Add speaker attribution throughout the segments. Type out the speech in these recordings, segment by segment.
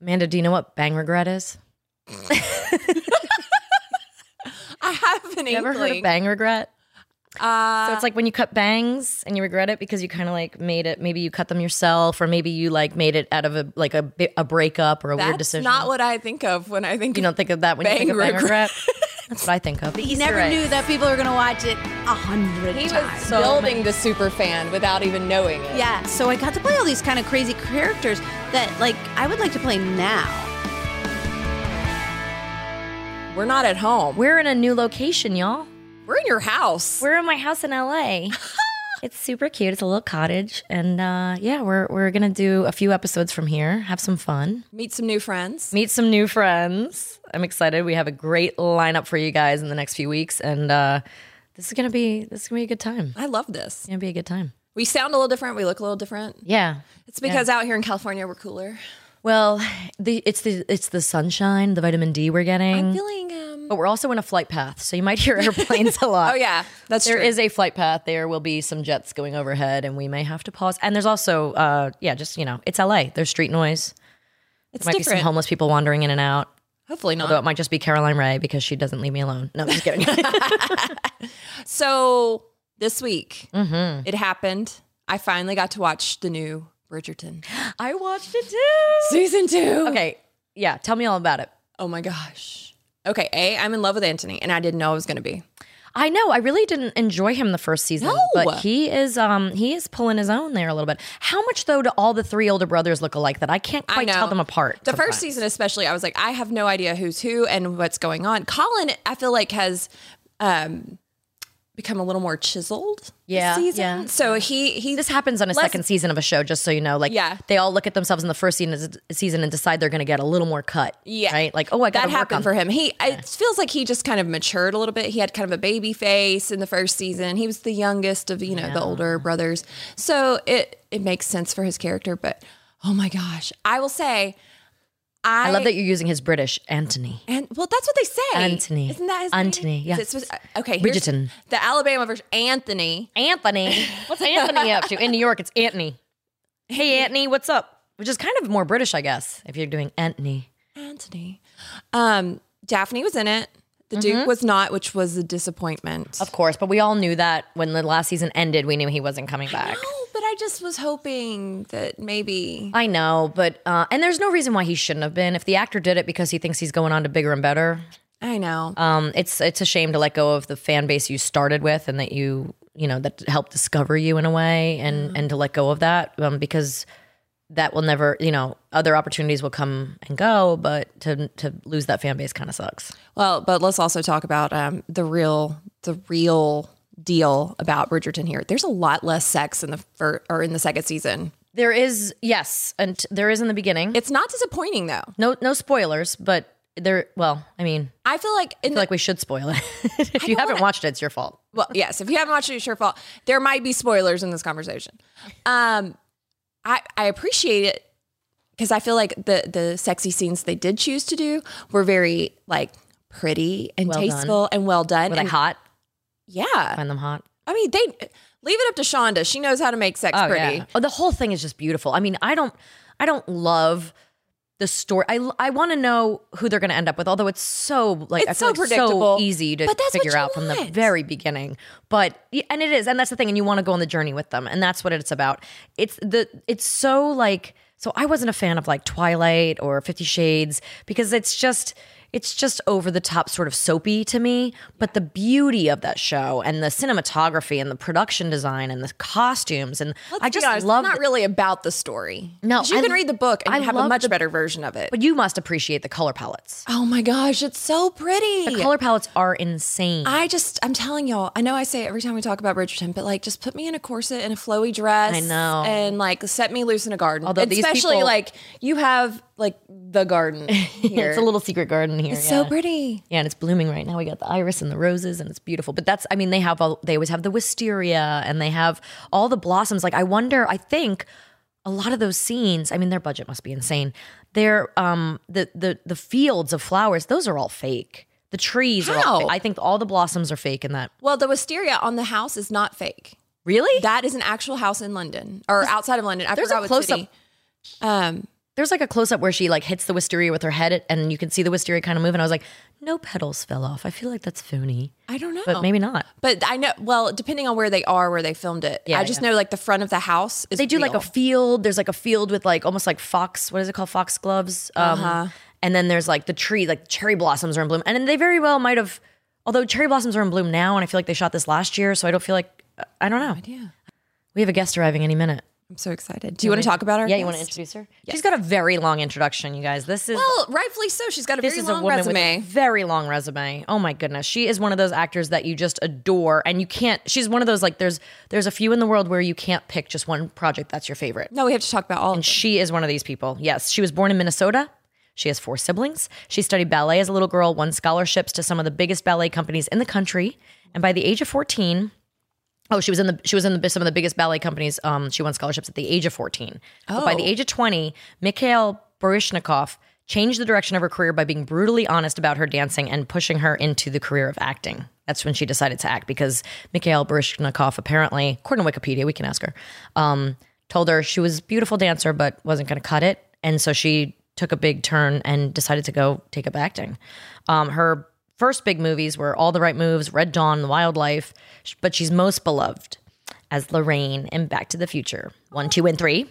Speaker 1: Amanda, do you know what bang regret is?
Speaker 2: I have an
Speaker 1: You ever heard of
Speaker 2: inkling.
Speaker 1: bang regret?
Speaker 2: Uh,
Speaker 1: So it's like when you cut bangs and you regret it because you kind of like made it. Maybe you cut them yourself, or maybe you like made it out of a like a, bi- a breakup or a
Speaker 2: that's
Speaker 1: weird decision.
Speaker 2: not what I think of when I think
Speaker 1: you don't think of that when you
Speaker 2: Bang
Speaker 1: think of bang
Speaker 2: regret.
Speaker 1: regret. That's what I think of.
Speaker 3: But you never knew that people were going to watch it a hundred
Speaker 2: He was
Speaker 3: times.
Speaker 2: building the super fan without even knowing it.
Speaker 3: yeah, so I got to play all these kind of crazy characters that, like, I would like to play now.
Speaker 2: We're not at home.
Speaker 1: We're in a new location, y'all.
Speaker 2: We're in your house.
Speaker 1: We're in my house in LA. it's super cute. It's a little cottage, and uh, yeah, we're we're gonna do a few episodes from here. Have some fun.
Speaker 2: Meet some new friends.
Speaker 1: meet some new friends. I'm excited. We have a great lineup for you guys in the next few weeks, and uh, this is gonna be this is gonna be a good time. It's
Speaker 2: I love this.
Speaker 1: gonna be a good time.
Speaker 2: We sound a little different. We look a little different.
Speaker 1: Yeah.
Speaker 2: It's because out here in California, we're cooler.
Speaker 1: Well, the it's the it's the sunshine, the vitamin D we're getting,
Speaker 2: I'm feeling. Um,
Speaker 1: but we're also in a flight path, so you might hear airplanes a lot.
Speaker 2: oh yeah, that's
Speaker 1: There
Speaker 2: true.
Speaker 1: is a flight path. There will be some jets going overhead, and we may have to pause. And there's also, uh, yeah, just you know, it's LA. There's street noise.
Speaker 2: it's
Speaker 1: There might be
Speaker 2: different.
Speaker 1: some homeless people wandering in and out.
Speaker 2: Hopefully not.
Speaker 1: Although it might just be Caroline Ray because she doesn't leave me alone. No, I'm just kidding.
Speaker 2: so this week,
Speaker 1: Mm-hmm.
Speaker 2: it happened. I finally got to watch the new Bridgerton
Speaker 1: I watched it too.
Speaker 2: season two.
Speaker 1: Okay. Yeah. Tell me all about it.
Speaker 2: Oh my gosh. Okay. A, I'm in love with Anthony, and I didn't know I was going to be.
Speaker 1: I know. I really didn't enjoy him the first season,
Speaker 2: No.
Speaker 1: but he is um he is pulling his own there a little bit. How much though do all the three older brothers look alike that I can't
Speaker 2: I
Speaker 1: quite
Speaker 2: know.
Speaker 1: tell them apart?
Speaker 2: The
Speaker 1: sometimes.
Speaker 2: first season, especially, I was like, I have no idea who's who and what's going on. Colin, I feel like has um, become a little more chiseled.
Speaker 1: Yeah,
Speaker 2: this season.
Speaker 1: yeah.
Speaker 2: So he he
Speaker 1: This happens on a
Speaker 2: Less-
Speaker 1: second season of a show, just so you know. Like,
Speaker 2: Yeah.
Speaker 1: they all look at themselves in the first season, season and decide they're going to get a little more cut.
Speaker 2: Yeah.
Speaker 1: right. Like, oh, I got
Speaker 2: that happened for
Speaker 1: on.
Speaker 2: him. He it feels like he just kind of matured a little bit. He had kind of a baby face in the first season. He was the youngest of you know the older brothers, so it it makes sense for his character. But oh my gosh, I will say, I,
Speaker 1: I love that you're using his British Anthony.
Speaker 2: And well, that's what they say.
Speaker 1: Anthony.
Speaker 2: isn't that his
Speaker 1: Anthony,
Speaker 2: Name?
Speaker 1: yeah.
Speaker 2: Is it supposed- uh, okay. here's
Speaker 1: Bridgerton.
Speaker 2: The Alabama version. Anthony.
Speaker 1: Anthony, what's Anthony up to? In New York, it's Anthony. Hey, Anthony, what's up? Which is kind of more British, I guess, if you're doing Anthony.
Speaker 2: Anthony. Um, Daphne was in it. The Duke was not, which was a disappointment.
Speaker 1: Mm-hmm. Of course, but we all knew that when the last season ended, we knew he wasn't coming back.
Speaker 2: No, but I just was hoping that maybe.
Speaker 1: I know, but uh, and there's no reason why he shouldn't have been. If the actor did it because he thinks he's going on to bigger and better,
Speaker 2: I know.
Speaker 1: um, it's it's a shame to let go of the fan base you started with and that you you know that helped discover you in a way, and and to let go of that um, because that will never you know other opportunities will come and go, but to to lose that fan base kind of sucks.
Speaker 2: Well, but let's also talk about um, the real, the real deal about Bridgerton here. There's a lot less sex in the fir- or in the second season.
Speaker 1: There is yes, and t- there is in the beginning.
Speaker 2: It's not disappointing though.
Speaker 1: No no spoilers, but there. Well, I mean.
Speaker 2: I feel like in
Speaker 1: feel like we should spoil it. if you haven't watched it, it's your fault.
Speaker 2: well, yes, if you haven't watched it, it's your fault. There might be spoilers in this conversation. Um, I I appreciate it because I feel like the the sexy scenes they did choose to do were very like pretty and
Speaker 1: Well done.
Speaker 2: tasteful and well done.
Speaker 1: Were they
Speaker 2: and-
Speaker 1: hot?
Speaker 2: Yeah,
Speaker 1: Find them hot.
Speaker 2: I mean they leave it up to Shonda. She knows how to make sex pretty.
Speaker 1: Oh, the whole thing is just beautiful. I mean, I don't, I don't love the story. I, I want to know who they're going to end up with. Although it's so like, I
Speaker 2: It's
Speaker 1: feel
Speaker 2: so
Speaker 1: like
Speaker 2: predictable.
Speaker 1: so easy to
Speaker 2: But that's what
Speaker 1: figure
Speaker 2: you
Speaker 1: out from the
Speaker 2: want.
Speaker 1: very beginning. But and it is, and that's the thing. And you want to go on the journey with them, and that's what it's about. It's the, it's so like. So I wasn't a fan of like Twilight or Fifty Shades because it's just. It's just over the top, sort of soapy to me. But the beauty of that show and the cinematography and the production design and the costumes and
Speaker 2: Let's
Speaker 1: I
Speaker 2: be
Speaker 1: just
Speaker 2: honest,
Speaker 1: love
Speaker 2: It's not
Speaker 1: the-
Speaker 2: really about the story.
Speaker 1: No,
Speaker 2: 'Cause you
Speaker 1: I-
Speaker 2: can read the book and
Speaker 1: I
Speaker 2: have a
Speaker 1: love
Speaker 2: much
Speaker 1: the-
Speaker 2: better version of it.
Speaker 1: But you must appreciate the color palettes.
Speaker 2: oh my gosh, it's so pretty.
Speaker 1: The color palettes are insane.
Speaker 2: I just, I'm telling y'all, I know I say it every time we talk about Bridgerton, but like, just put me in a corset and a flowy dress.
Speaker 1: I know.
Speaker 2: And like, set me loose in a garden.
Speaker 1: Although these
Speaker 2: Especially
Speaker 1: people-
Speaker 2: like, you have like the garden here.
Speaker 1: it's a little secret garden here.
Speaker 2: It's
Speaker 1: yeah.
Speaker 2: so pretty.
Speaker 1: Yeah, and it's blooming right now. We got the iris and the roses, and it's beautiful. But that's, I mean, they have all, they always have the wisteria and they have all the blossoms. Like, I wonder, I think a lot of those scenes, I mean, their budget must be insane. They're, um, the, the, the fields of flowers, those are all fake. The trees are all
Speaker 2: How?
Speaker 1: fake. I think all the blossoms are fake in that.
Speaker 2: Well, the wisteria on the house is not fake.
Speaker 1: Really?
Speaker 2: That is an actual house in London or outside of London. I
Speaker 1: There's
Speaker 2: forgot
Speaker 1: a
Speaker 2: what
Speaker 1: close-up.
Speaker 2: city. Um,
Speaker 1: there's like a close up where she like hits the wisteria with her head and you can see the wisteria kind of move. And I was like, no petals fell off. I feel like that's phony.
Speaker 2: I don't know.
Speaker 1: But maybe not.
Speaker 2: But I know. Well, depending on where they are, where they filmed it,
Speaker 1: Yeah,
Speaker 2: I just
Speaker 1: yeah.
Speaker 2: know like the front of the house is.
Speaker 1: They do like
Speaker 2: real.
Speaker 1: a field. There's like a field with like almost like fox. What is it called? Fox gloves. Um,
Speaker 2: Uh-huh.
Speaker 1: And then there's like the tree, like cherry blossoms are in bloom. And then they very well might have, although cherry blossoms are in bloom now, and I feel like they shot this last year, so I don't feel like I don't know.
Speaker 2: idea.
Speaker 1: We have a guest arriving any minute.
Speaker 2: I'm so excited. Do you want to talk about her?
Speaker 1: Yeah, you want to introduce her? She's got a very long introduction, you guys. This is
Speaker 2: Well, rightfully so. She's got a
Speaker 1: this
Speaker 2: very
Speaker 1: is
Speaker 2: long
Speaker 1: a woman
Speaker 2: resume.
Speaker 1: with a very long resume. Oh my goodness, she is one of those actors that you just adore, and you can't. She's one of those like there's there's a few in the world where you can't pick just one project that's your favorite.
Speaker 2: no, we have to talk about all. of them.
Speaker 1: She is one of these people. Yes, she was born in Minnesota. She has four siblings. She studied ballet as a little girl, won scholarships to some of the biggest ballet companies in the country, and by the age of 14, oh, she was in the she was in the, some of the biggest ballet companies. Um, she won scholarships at the age of 14. But by the age of 20, Mikhail Baryshnikov changed the direction of her career by being brutally honest about her dancing and pushing her into the career of acting. That's when she decided to act because Mikhail Baryshnikov apparently, according to Wikipedia, we can ask her, um, told her she was a beautiful dancer but wasn't going to cut it, and so she took a big turn and decided to go take up acting. Um, her first big movies were All the Right Moves, Red Dawn, The Wildlife, sh- but she's most beloved as Lorraine in Back to the Future one, two, and three.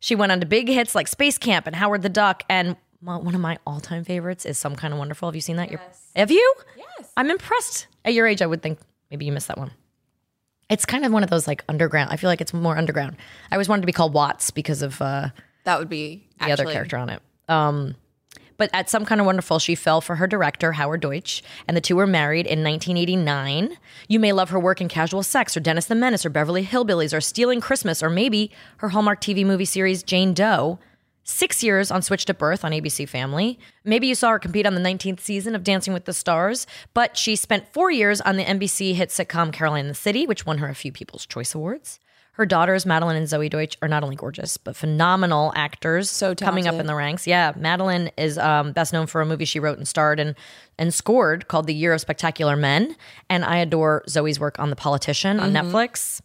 Speaker 1: She went on to big hits like Space Camp and Howard the Duck, and my- one of my all-time favorites is Some Kind of Wonderful. Have you seen that? You're- Have you? Yes. I'm impressed. At your age, I would think maybe you missed that one. It's kind of one of those like underground. I feel like it's more underground. I always wanted to be called Watts because of uh,
Speaker 2: That would be
Speaker 1: the
Speaker 2: actually,
Speaker 1: other character on it. Um, but at some kind of wonderful, she fell for her director Howard Deutsch, and the two were married in 1989. You may love her work in Casual Sex, or Dennis the Menace, or Beverly Hillbillies, or Stealing Christmas, or maybe her Hallmark TV movie series Jane Doe. Six years on Switched at Birth on ABC Family. Maybe you saw her compete on the 19th season of Dancing with the Stars, but she spent four years on the NBC hit sitcom Caroline in the City, which won her a few People's Choice Awards. Her daughters, Madeline and Zoe Deutsch, are not only gorgeous, but phenomenal actors.
Speaker 2: So
Speaker 1: coming up
Speaker 2: talented.
Speaker 1: in the ranks. Yeah, Madeline is um, best known for a movie she wrote and starred and and scored called The Year of Spectacular Men. And I adore Zoe's work on The Politician on
Speaker 2: Mm-hmm.
Speaker 1: Netflix.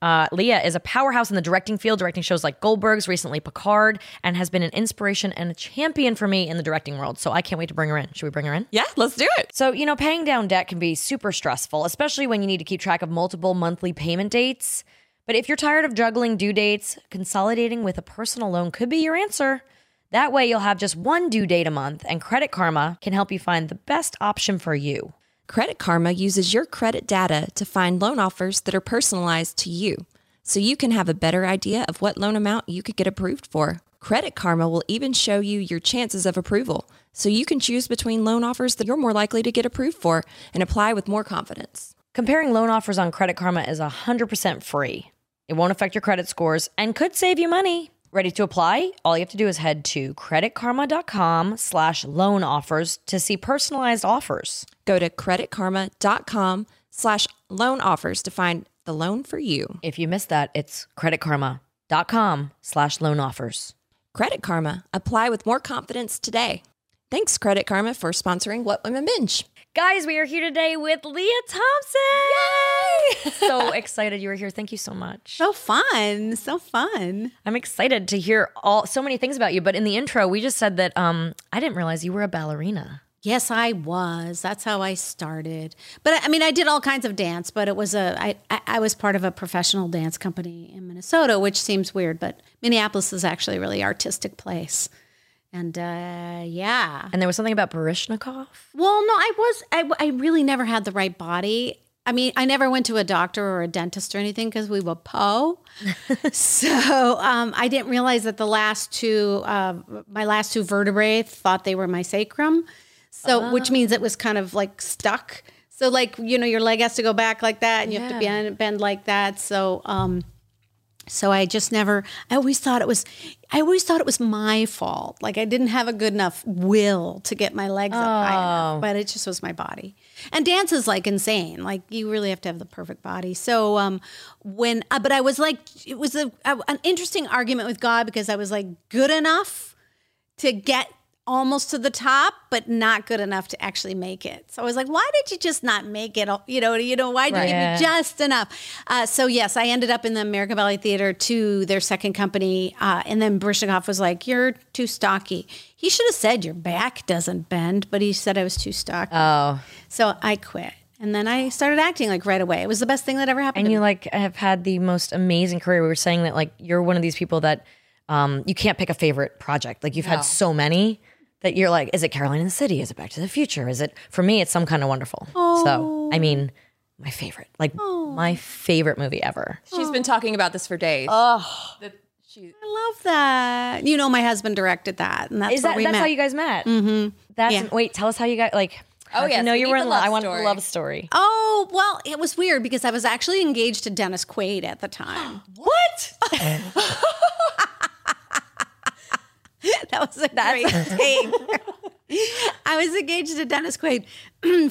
Speaker 1: Uh, Leah is a powerhouse in the directing field, directing shows like Goldberg's, recently Picard, and has been an inspiration and a champion for me in the directing world. So I can't wait to bring her in. Should we bring her in?
Speaker 2: Yeah, let's do it.
Speaker 1: So, you know, paying down debt can be super stressful, especially when you need to keep track of multiple monthly payment dates. But if you're tired of juggling due dates, consolidating with a personal loan could be your answer. That way, you'll have just one due date a month, and Credit Karma can help you find the best option for you.
Speaker 2: Credit Karma uses your credit data to find loan offers that are personalized to you so you can have a better idea of what loan amount you could get approved for. Credit Karma will even show you your chances of approval so you can choose between loan offers that you're more likely to get approved for and apply with more confidence.
Speaker 1: Comparing loan offers on Credit Karma is 100% free. It won't affect your credit scores and could save you money. Ready to apply? All you have to do is head to creditkarma.com slash loan offers to see personalized offers.
Speaker 2: Go to creditkarma.com slash loan offers to find the loan for you.
Speaker 1: If you missed that, it's creditkarma.com slash loan offers.
Speaker 2: Credit Karma, apply with more confidence today. Thanks, Credit Karma, for sponsoring What Women Binge.
Speaker 1: Guys, we are here today with Leah Thompson. Yay! so excited you were here. Thank you so much.
Speaker 3: So fun. So fun.
Speaker 1: I'm excited to hear all so many things about you. But in the intro, we just said that um, I didn't realize you were a ballerina.
Speaker 3: Yes, I was. That's how I started. But I- I mean, I did all kinds of dance, but it was a, I, I I was part of a professional dance company in Minnesota, which seems weird, but Minneapolis is actually a really artistic place. And uh, yeah.
Speaker 1: And there was something about Barishnikov.
Speaker 3: Well, no, I was, I, I really never had the right body. I mean, I never went to a doctor or a dentist or anything because we were po. so um, I didn't realize that the last two, uh, my last two vertebrae thought they were my sacrum. So, which means it was kind of like stuck. So, like, you know, your leg has to go back like that and you have to bend, bend like that. So, um, so I just never, I always thought it was, I always thought it was my fault. Like I didn't have a good enough will to get my legs up high enough, but it just was my body. And dance is like insane. Like you really have to have the perfect body. So um, when, uh, but I was like, it was a, a- an interesting argument with God because I was like good enough to get almost to the top, but not good enough to actually make it. So I was like, why did you just not make it? You know, you know, why did you
Speaker 1: Right.
Speaker 3: give me just enough? Uh, so yes, I ended up in the American Ballet Theater to their second company, uh, and then Brishnikov was like, "You're too stocky." He should have said your back doesn't bend, but he said I was too stocky.
Speaker 1: Oh,
Speaker 3: so I quit, and then I started acting like right away. It was the best thing that ever happened.
Speaker 1: and
Speaker 3: to me.
Speaker 1: you like have had the most amazing career. We were saying that like you're one of these people that um, you can't pick a favorite project. Like you've had so many that you're like, is it Caroline in the City? Is it Back to the Future? Is it for me? It's some kind of wonderful. So I mean, my favorite, like my favorite movie ever.
Speaker 2: She's been talking about this for days. Oh, she,
Speaker 3: I love that. You know, my husband directed that, and that's
Speaker 1: Is
Speaker 3: what
Speaker 1: that
Speaker 3: we
Speaker 1: that's
Speaker 3: met.
Speaker 1: how you guys met? Mm-hmm. That's
Speaker 3: Yeah.
Speaker 1: wait. Tell us how you got like.
Speaker 2: Oh,
Speaker 1: yeah,
Speaker 2: yes,
Speaker 1: no,
Speaker 2: we
Speaker 1: you
Speaker 2: need
Speaker 1: were
Speaker 2: the
Speaker 1: in.
Speaker 2: love
Speaker 1: I want the
Speaker 2: story.
Speaker 1: love story.
Speaker 3: Oh, well, it was weird because I was actually engaged to Dennis Quaid at the time.
Speaker 1: What?
Speaker 3: that was a great thing. I was engaged to Dennis Quaid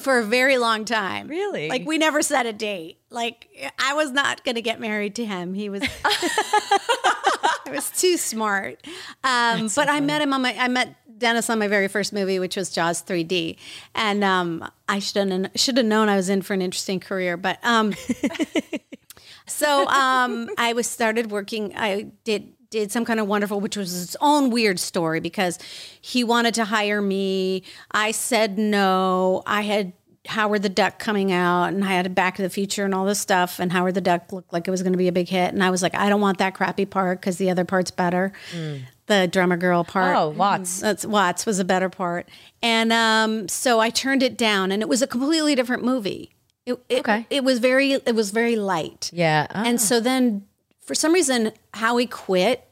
Speaker 3: for a very long time.
Speaker 1: Really?
Speaker 3: Like we never set a date. Like I was not going to get married to him. He was I was too smart. Um, but I met him on my I met Dennis on my very first movie, which was Jaws 3D, and um, I should have should have known I was in for an interesting career. But um, so um, I was started working. I did did some kind of wonderful, which was its own weird story because he wanted to hire me. I said no. I had. Howard the Duck coming out, and I had a Back to the Future and all this stuff. And Howard the Duck looked like it was going to be a big hit, and I was like, I don't want that crappy part because the other part's better, the drummer girl part.
Speaker 1: Mm. Oh, Watts.
Speaker 3: That's Watts was a better part. And um, so I turned it down and it was a completely different movie. It, it,
Speaker 1: Okay.
Speaker 3: it was very it was very light.
Speaker 1: Yeah. Oh.
Speaker 3: And so then for some reason Howie quit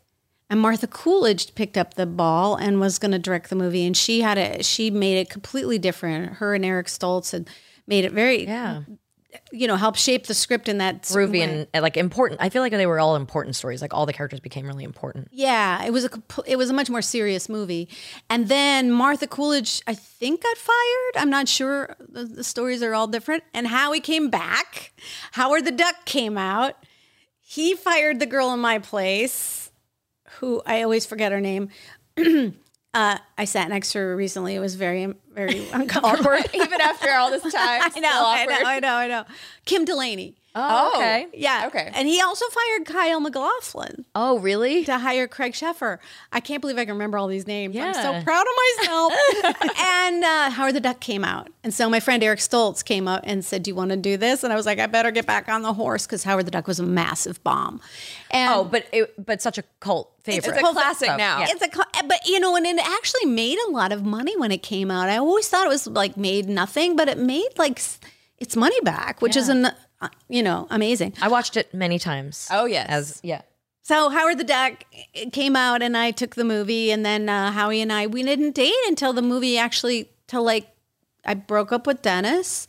Speaker 3: and Martha Coolidge picked up the ball and was going to direct the movie and she had it she made it completely different. Her and Eric Stoltz had made it very
Speaker 1: yeah.
Speaker 3: you know, helped shape the script in that certain
Speaker 1: Groovy
Speaker 3: way.
Speaker 1: and uh, like important. I feel like they were all important stories. Like all the characters became really important.
Speaker 3: Yeah, it was a comp- it was a much more serious movie, and then Martha Coolidge, I think, got fired. I'm not sure. The, the stories are all different. And Howie came back. Howard the Duck came out. He fired the girl in my place, who I always forget her name. uh, I sat next to her recently. It was very very uncomfortable.
Speaker 2: even after all this time,
Speaker 3: I know, I know, I know, I know. Kim Delaney.
Speaker 1: Oh,
Speaker 2: okay.
Speaker 3: Yeah.
Speaker 2: Okay.
Speaker 3: And he also fired Kyle McLaughlin
Speaker 1: Oh, really?
Speaker 3: to hire Craig Sheffer. I can't believe I can remember all these names. I'm
Speaker 1: Yeah.
Speaker 3: so proud of myself. and uh, Howard the Duck came out. And so my friend Eric Stoltz came up and said, Do you want to do this? And I was like, I better get back on the horse because Howard the Duck was a massive bomb. And
Speaker 1: Oh, but it, but such a cult favorite.
Speaker 2: a cult classic
Speaker 1: So,
Speaker 2: now.
Speaker 1: yeah.
Speaker 3: it's a, cl- but you know, and it actually made a lot of money when it came out. I always thought it was like made nothing, but it made like s- its money back, which is an, uh, you know, amazing.
Speaker 1: I watched it many times.
Speaker 2: Oh, yes.
Speaker 1: As yeah.
Speaker 3: So Howard the Duck it came out, and I took the movie, and then uh, Howie and I we didn't date until the movie actually till like I broke up with Dennis,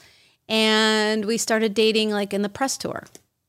Speaker 3: and we started dating like in the press tour.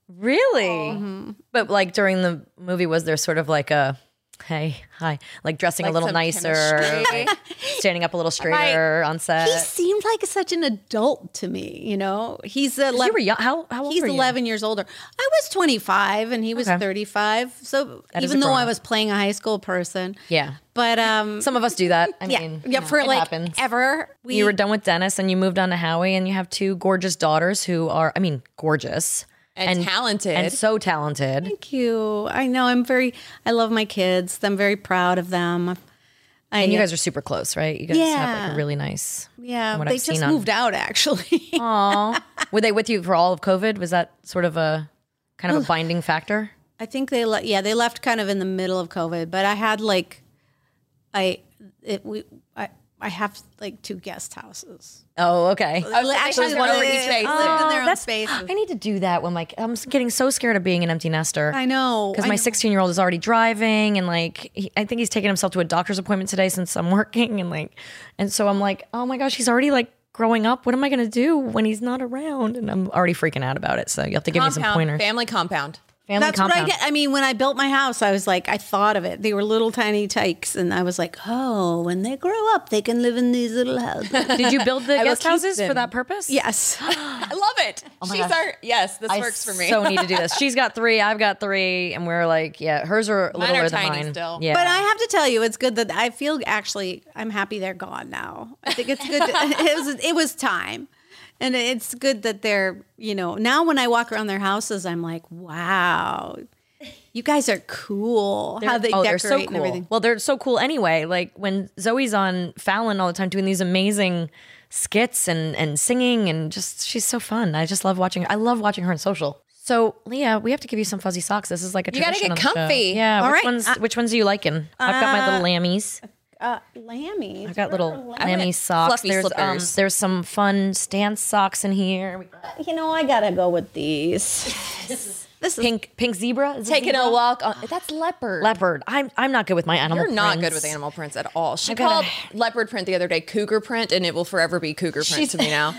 Speaker 1: Really? But like during the movie, was there sort of like a hey, hi, like dressing a
Speaker 2: Like
Speaker 1: little
Speaker 2: some
Speaker 1: nicer,
Speaker 2: chemistry.
Speaker 1: like standing up a little straighter on set?
Speaker 3: He seemed like such an adult to me, you know. He's a
Speaker 1: you were young. How how old
Speaker 3: he's
Speaker 1: were you?
Speaker 3: 11 years older. I was 25 and he was
Speaker 1: Okay.
Speaker 3: 35. So
Speaker 1: That is a
Speaker 3: even though I
Speaker 1: grown-up.
Speaker 3: was playing a high school person,
Speaker 1: Yeah.
Speaker 3: but um
Speaker 1: Some of us do that. I
Speaker 3: yeah,
Speaker 1: mean,
Speaker 3: yeah,
Speaker 1: you
Speaker 3: for
Speaker 1: know, it
Speaker 3: like
Speaker 1: happens.
Speaker 3: ever we
Speaker 1: you were done with Dennis and you moved on to Howie and you have two gorgeous daughters who are I mean, gorgeous
Speaker 2: And talented.
Speaker 1: and so talented.
Speaker 3: Thank you. I know I'm very. I love my kids. I'm very proud of them. I,
Speaker 1: And you guys are super close, right? You guys have like
Speaker 3: Yeah.
Speaker 1: a really nice
Speaker 3: yeah,
Speaker 1: what I've
Speaker 3: they just
Speaker 1: seen on-
Speaker 3: moved out actually.
Speaker 1: Aw. Were they with you for all of COVID? Was that sort of a kind of a binding factor?
Speaker 3: I think they le- yeah they left kind of in the middle of COVID, but I had like, I it we I I have like two guest houses.
Speaker 1: Oh, okay.
Speaker 2: Oh, so they had one over each face.
Speaker 3: lived in their own
Speaker 1: Oh, that's-
Speaker 3: spaces.
Speaker 1: I need to do that when like I'm getting so scared of being an empty nester.
Speaker 3: I know
Speaker 1: Because
Speaker 3: I
Speaker 1: my
Speaker 3: know.
Speaker 1: 16 year old is already driving, and like he, I think he's taking himself to a doctor's appointment today since I'm working, and like, and so I'm like, oh my gosh, he's already like growing up. What am I gonna do when he's not around? And I'm already freaking out about it. So you have to give me some
Speaker 2: Compound,
Speaker 1: pointers.
Speaker 2: family compound.
Speaker 1: Family
Speaker 3: That's
Speaker 1: compound.
Speaker 3: what I get. I mean, when I built my house, I was like, I thought of it. They were little tiny tykes, and I was like, oh, when they grow up, they can live in these little houses.
Speaker 1: Did you build the
Speaker 2: will
Speaker 1: guest
Speaker 2: keep
Speaker 1: houses for
Speaker 2: them.
Speaker 1: that purpose?
Speaker 3: yes,
Speaker 2: I love it.
Speaker 1: Oh my
Speaker 2: She's
Speaker 1: gosh.
Speaker 2: our yes. This
Speaker 1: I
Speaker 2: works for me.
Speaker 1: so need to do this. She's got three. I've got three, and we're like, yeah, hers are
Speaker 2: Mine are
Speaker 1: littler than
Speaker 2: tiny
Speaker 1: mine.
Speaker 2: still.
Speaker 1: Yeah,
Speaker 3: but I have to tell you, it's good that I feel actually, I'm happy they're gone now. I think it's good. that- it was it was time, and it's good that they're you know now when I walk around their houses, I'm like, wow, you guys are cool. how they
Speaker 1: oh,
Speaker 3: decorate
Speaker 1: they're so cool.
Speaker 3: and everything.
Speaker 1: Well, they're so cool anyway. Like when Zoe's on Fallon all the time doing these amazing skits and and singing and just she's so fun. I just love watching. I love watching her on social. So Leah, we have to give you some fuzzy socks. This is like a
Speaker 2: You gotta
Speaker 1: tradition
Speaker 2: get
Speaker 1: on the show.
Speaker 2: comfy.
Speaker 1: Yeah.
Speaker 3: All
Speaker 1: which
Speaker 3: right.
Speaker 1: ones? which ones are you liking? I've got my little lammies.
Speaker 3: Uh, lammies.
Speaker 1: I've got little lammy
Speaker 2: went
Speaker 1: socks.
Speaker 2: fluffy
Speaker 1: there's um,
Speaker 2: slippers.
Speaker 1: there's some fun stance socks in here.
Speaker 3: You know, I gotta go with these.
Speaker 1: This is pink pink zebra. Is it
Speaker 2: Taking
Speaker 1: zebra?
Speaker 2: a walk on that's leopard.
Speaker 1: leopard. I'm I'm not good with my animal.
Speaker 2: You're not
Speaker 1: prints.
Speaker 2: good with animal prints at all. She
Speaker 1: gotta-
Speaker 2: called leopard print the other day cougar print, and it will forever be cougar print to me now.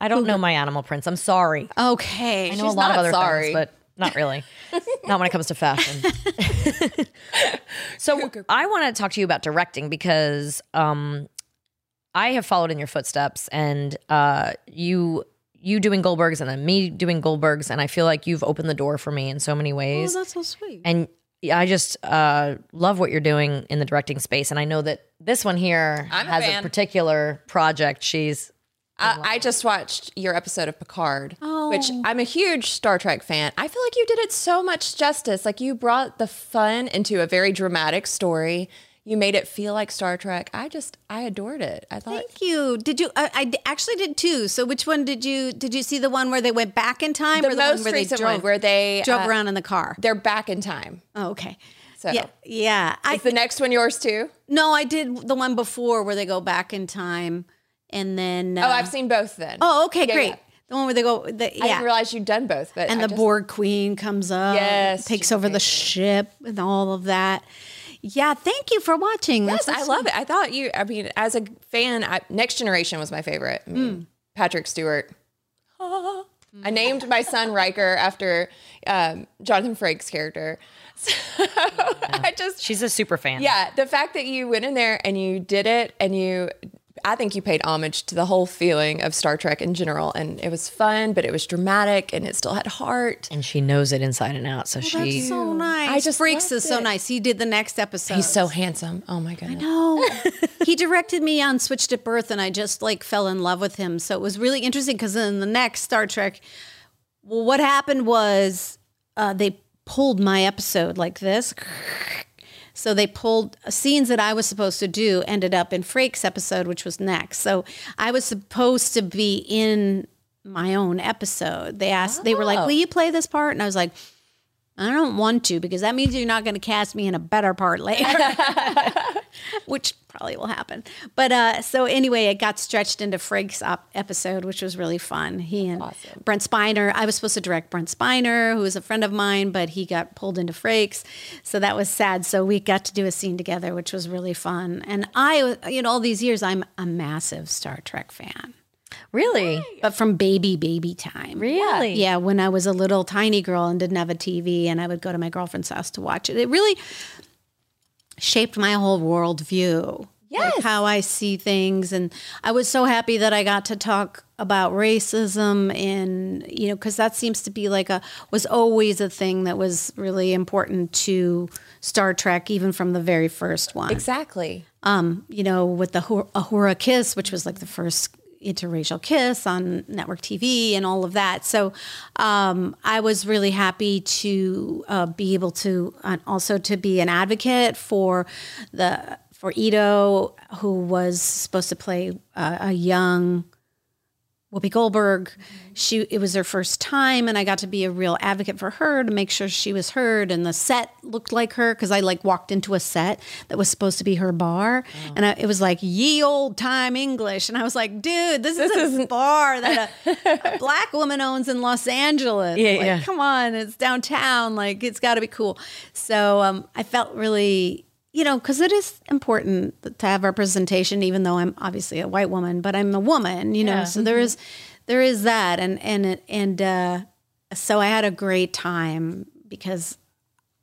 Speaker 1: I don't know my animal prints. I'm sorry.
Speaker 3: Okay.
Speaker 1: I know
Speaker 2: Oh, She's
Speaker 1: a lot of
Speaker 2: not
Speaker 1: other
Speaker 2: sorry.
Speaker 1: things, but not really. not when it comes to fashion. so I want to talk to you about directing because um, I have followed in your footsteps, and uh, you you doing Goldbergs, and then me doing Goldbergs, and I feel like you've opened the door for me in so many ways.
Speaker 3: "Oh, that's so sweet.
Speaker 1: and I just uh, love what you're doing in the directing space, and I know that this one here
Speaker 2: I'm a
Speaker 1: has a
Speaker 2: fan.
Speaker 1: particular project. She's
Speaker 2: I, I just watched your episode of Picard, which
Speaker 3: Oh.
Speaker 2: I'm a huge Star Trek fan. I feel like you did it so much justice. Like you brought the fun into a very dramatic story. You made it feel like Star Trek. I just I adored it. I thought
Speaker 3: Thank you. Did you? I, I d- actually did too. So which one did you? Did you see the one where they went back in time,
Speaker 2: the,
Speaker 3: or the
Speaker 2: most
Speaker 3: one where
Speaker 2: recent
Speaker 3: they drove,
Speaker 2: one where they
Speaker 3: drove
Speaker 2: uh,
Speaker 3: around in the car?
Speaker 2: they're back in time.
Speaker 3: Oh, okay.
Speaker 2: So
Speaker 3: yeah, yeah. I
Speaker 2: is the next one yours too?
Speaker 3: no, I did the one before where they go back in time, and then uh,
Speaker 2: Oh, I've seen both then.
Speaker 3: oh, okay,
Speaker 2: yeah,
Speaker 3: great.
Speaker 2: yeah.
Speaker 3: The one where they go, the,
Speaker 2: I didn't
Speaker 3: yeah.
Speaker 2: realize you'd done both, but
Speaker 3: And
Speaker 2: I
Speaker 3: the
Speaker 2: just-
Speaker 3: Borg Queen comes up,
Speaker 2: Yes, she's
Speaker 3: takes over the ship, and all of that. Yeah, thank you for watching.
Speaker 2: Yes, I
Speaker 3: That's so
Speaker 2: love it. I thought you. I mean, as a fan, I, Next Generation was my favorite. I mean, Patrick Stewart. I named my son Riker after um, Jonathan Frakes' character. So I just
Speaker 1: she's a super fan.
Speaker 2: yeah, the fact that you went in there and you did it and you I think you paid homage to the whole feeling of Star Trek in general and it was fun, but it was dramatic and it still had heart.
Speaker 1: and she knows it inside and out. So she
Speaker 3: That's so nice.
Speaker 2: just
Speaker 3: Freaks
Speaker 2: loved
Speaker 3: is so
Speaker 2: it.
Speaker 3: nice. He did the next episode.
Speaker 2: He's so handsome. Oh my goodness.
Speaker 3: no. he directed me on Switched at Birth, and I just like fell in love with him. So it was really interesting because in the next Star Trek, well, what happened was uh, they pulled my episode like this. So they pulled uh, scenes that I was supposed to do ended up in Frake's episode, which was next. So I was supposed to be in my own episode. They asked, they were like, "Will you play this part?" And I was like, "I don't want to because that means you're not going to cast me in a better part later." which probably will happen. But uh, so anyway, it got stretched into Frank's op- episode, which was really fun. He and Brent Spiner. I was supposed to direct Brent Spiner, who is a friend of mine, but he got pulled into Frank's, so that was sad. So we got to do a scene together, which was really fun. And I, you know, all these years, I'm a massive Star Trek fan,
Speaker 1: really,
Speaker 3: but from baby baby time,
Speaker 1: really,
Speaker 3: yeah, when I was a little tiny girl and didn't have a TV, and I would go to my girlfriend's house to watch it. It really shaped my whole world view. Yes. how I see things. And I was so happy that I got to talk about racism and, you know, because that seems to be like a, was always a thing that was really important to Star Trek, even from the very first one
Speaker 2: Exactly.
Speaker 3: you know, with the Hor- Ahura Kiss, which was like the first interracial kiss on network TV and all of that. So um, I was really happy to uh, be able to uh, also to be an advocate for the for Ito, who was supposed to play uh, a young Whoopi Goldberg.
Speaker 1: Mm-hmm.
Speaker 3: She it was her first time, and I got to be a real advocate for her to make sure she was heard, and the set looked like her because I like walked into a set that was supposed to be her bar,
Speaker 1: Oh.
Speaker 3: and I, it was like ye old time English, and I was like, dude, this, is a bar that a, a black woman owns in Los Angeles.
Speaker 1: Yeah,
Speaker 3: Like,
Speaker 1: yeah.
Speaker 3: come on, it's downtown, like it's got to be cool. So um, I felt really. You know, because it is important to have representation, even though I'm obviously a white
Speaker 2: mm-hmm.
Speaker 3: woman, but I'm a woman. You know, so there is, there is that, and and it- and uh, so I had a great time because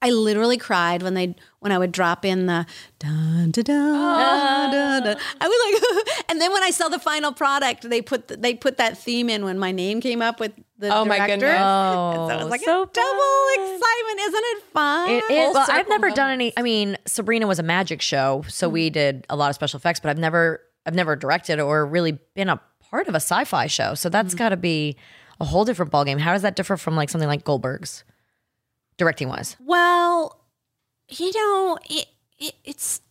Speaker 3: I literally cried when they when I would drop in the dun dun dun, dun, dun.
Speaker 2: Oh.
Speaker 3: I was like, and then when I saw the final product, they put th- they put that theme in when my name came up with the
Speaker 2: Oh,
Speaker 3: director.
Speaker 2: my goodness.
Speaker 3: And so it
Speaker 1: Oh,
Speaker 3: was like
Speaker 1: so
Speaker 3: a double excitement, isn't it fun?
Speaker 1: It is. Well, I've
Speaker 2: circle
Speaker 1: never done any. I mean, Sabrina was a magic show, so we did a lot of special effects, but I've never, I've never directed or really been a part of a sci-fi show. So that's got to be a whole different ballgame. How does that differ from like something like Goldberg's directing wise?
Speaker 3: Well, you know, it, it, it's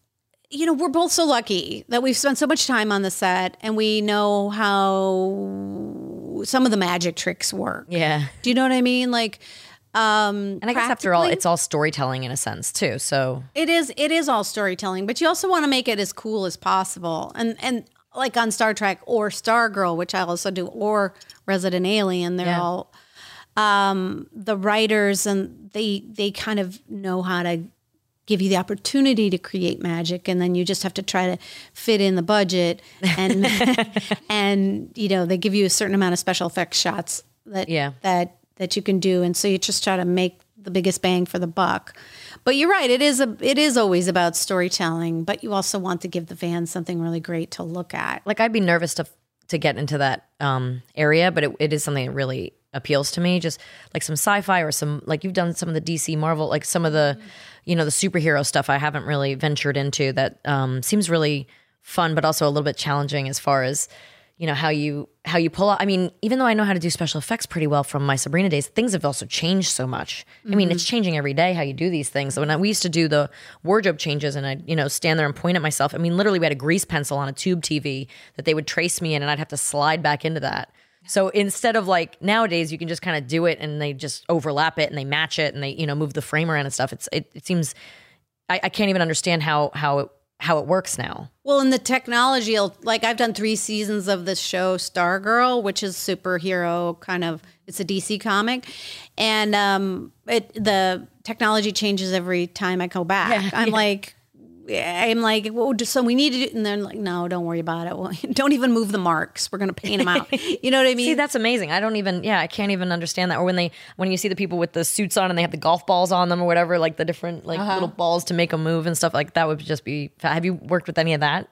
Speaker 3: you know we're both so lucky that we've spent so much time on the set and we know how some of the magic tricks work.
Speaker 1: Yeah,
Speaker 3: Do you know what I mean? Like, um,
Speaker 1: and I guess after all,
Speaker 3: practically-
Speaker 1: it's all storytelling in a sense too. So
Speaker 3: it is it is all storytelling, but you also want to make it as cool as possible. And and like on Star Trek or Stargirl, which I also do, or Resident Alien, they're
Speaker 1: Yeah.
Speaker 3: all um, the writers and they they kind of know how to give you the opportunity to create magic and then you just have to try to fit in the budget and and you know they give you a certain amount of special effects shots that
Speaker 1: Yeah.
Speaker 3: that that you can do and so you just try to make the biggest bang for the buck but you're right it is a it is always about storytelling but you also want to give the fans something really great to look at
Speaker 1: like I'd be nervous to to get into that um, area, but it, it is something that really appeals to me. Just like some sci-fi or some like you've done some of the DC Marvel, like some of the you know the superhero stuff. I haven't really ventured into that. Um, seems really fun, but also a little bit challenging as far as you know how you how you pull out. I mean, even though I know how to do special effects pretty well from my Sabrina days, things have also changed so much. I mean, it's changing every day how you do these things. When I, we used to do the wardrobe changes, and I you know stand there and point at myself. I mean, literally, we had a grease pencil on a tube TV that they would trace me in, and I'd have to slide back into that. So instead of like nowadays, you can just kind of do it, and they just overlap it, and they match it, and they you know move the frame around and stuff. It's it, it seems I, I can't even understand how how it how it works now.
Speaker 3: Well, in the technology, uh, like I've done three seasons of this show, Stargirl, which is superhero kind of. It's a DC comic, and um, it the technology changes every time I go back. I'm like. eh, I'm like, well, just- so we need to, do, and they're like, no, don't worry about it. Well, don't even move the marks. We're gonna paint them out. You know what I mean?
Speaker 1: See, that's amazing. I don't even yeah, I can't even understand that. Or when they when you see the people with the suits on and they have the golf balls on them or whatever, like the different
Speaker 3: Uh-huh.
Speaker 1: like little balls to make a move and stuff like that would just be. fa- Have you worked with any of that?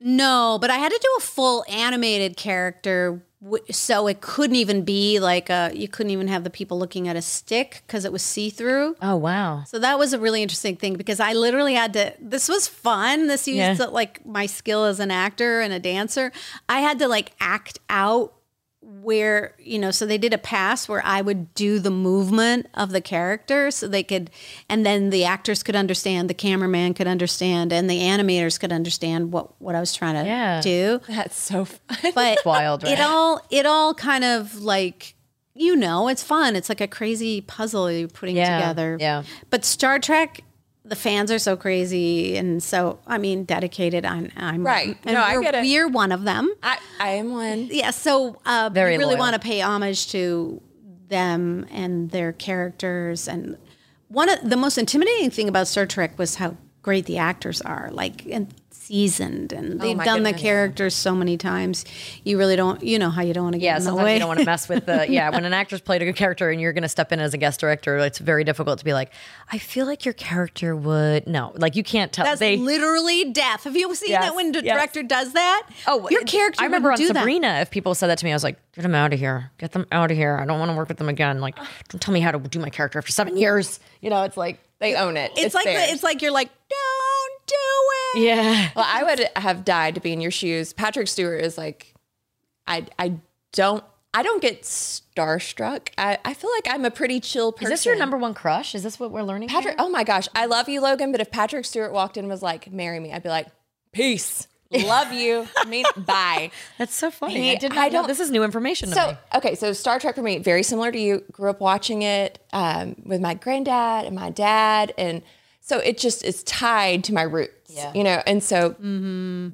Speaker 3: No, but I had to do a full animated character, w- so it couldn't even be like a. You couldn't even have the people looking at a stick because it was see through.
Speaker 1: Oh wow.
Speaker 3: So that was a really interesting thing because I literally had to. This was fun. This used
Speaker 1: Yeah.
Speaker 3: to, like my skill as an actor and a dancer. I had to like act out where you know. So they did a pass where I would do the movement of the character, so they could, and then the actors could understand, the cameraman could understand, and the animators could understand what what I was trying to
Speaker 1: Yeah.
Speaker 3: do.
Speaker 2: That's so fun.
Speaker 3: But
Speaker 1: Wild, right?
Speaker 3: it all it all kind of like you know it's fun it's like a crazy puzzle you're putting
Speaker 1: Yeah,
Speaker 3: together
Speaker 1: yeah.
Speaker 3: but star trek the fans are so crazy and so i mean dedicated i'm, I'm
Speaker 2: Right.
Speaker 3: and
Speaker 2: No, I
Speaker 3: we're,
Speaker 2: get it.
Speaker 3: we're one of them
Speaker 2: I, I am one.
Speaker 3: yeah so uh
Speaker 1: Very
Speaker 3: we really
Speaker 1: loyal.
Speaker 3: want to pay homage to them and their characters and one of the most intimidating thing about star trek was how great the actors are like and seasoned
Speaker 1: Oh
Speaker 3: and they've
Speaker 2: my
Speaker 3: done
Speaker 2: goodness.
Speaker 3: the characters so many times you really don't you know how you don't want to get
Speaker 1: Yeah,
Speaker 3: in the
Speaker 1: sometimes
Speaker 3: way
Speaker 1: you don't want to mess with the yeah. When an actor's played a good character and you're going to step in as a guest director, it's very difficult to be like, I feel like your character would no, like you can't tell.
Speaker 3: That's
Speaker 1: they
Speaker 3: literally deaf. Have you seen
Speaker 1: Yes,
Speaker 3: that when the
Speaker 1: yes.
Speaker 3: director does that?
Speaker 1: Oh,
Speaker 3: your
Speaker 1: it-
Speaker 3: character.
Speaker 1: I remember on
Speaker 3: wouldn't do that.
Speaker 1: Sabrina, if people said that to me, I was like, "Get them out of here! Get them out of here! I don't want to work with them again. Like, don't tell me how to do my character after seven years." You know, it's like,
Speaker 2: They own it.
Speaker 3: It's, like
Speaker 2: theirs.
Speaker 3: the, it's like you're like, don't do it.
Speaker 1: yeah,
Speaker 2: Well, I would have died to be in your shoes. Patrick Stewart is like, I I don't I don't get starstruck. I, I feel like I'm a pretty chill person.
Speaker 1: is this your number one crush? Is this what we're learning?
Speaker 2: Patrick? Oh my gosh, I love you, Logan. But if Patrick Stewart walked in and was like, "Marry me," I'd be like, "Peace, love you, mean bye."
Speaker 1: That's so funny. I
Speaker 2: He-
Speaker 1: did
Speaker 2: I
Speaker 1: not know.
Speaker 2: don't-
Speaker 1: This is new information to me.
Speaker 2: So okay, so Star Trek for me, very similar to you. Grew up watching it um, with my granddad and my dad, and so it just is tied to my roots,
Speaker 1: Yeah. Mm-hmm.
Speaker 2: you know. And so,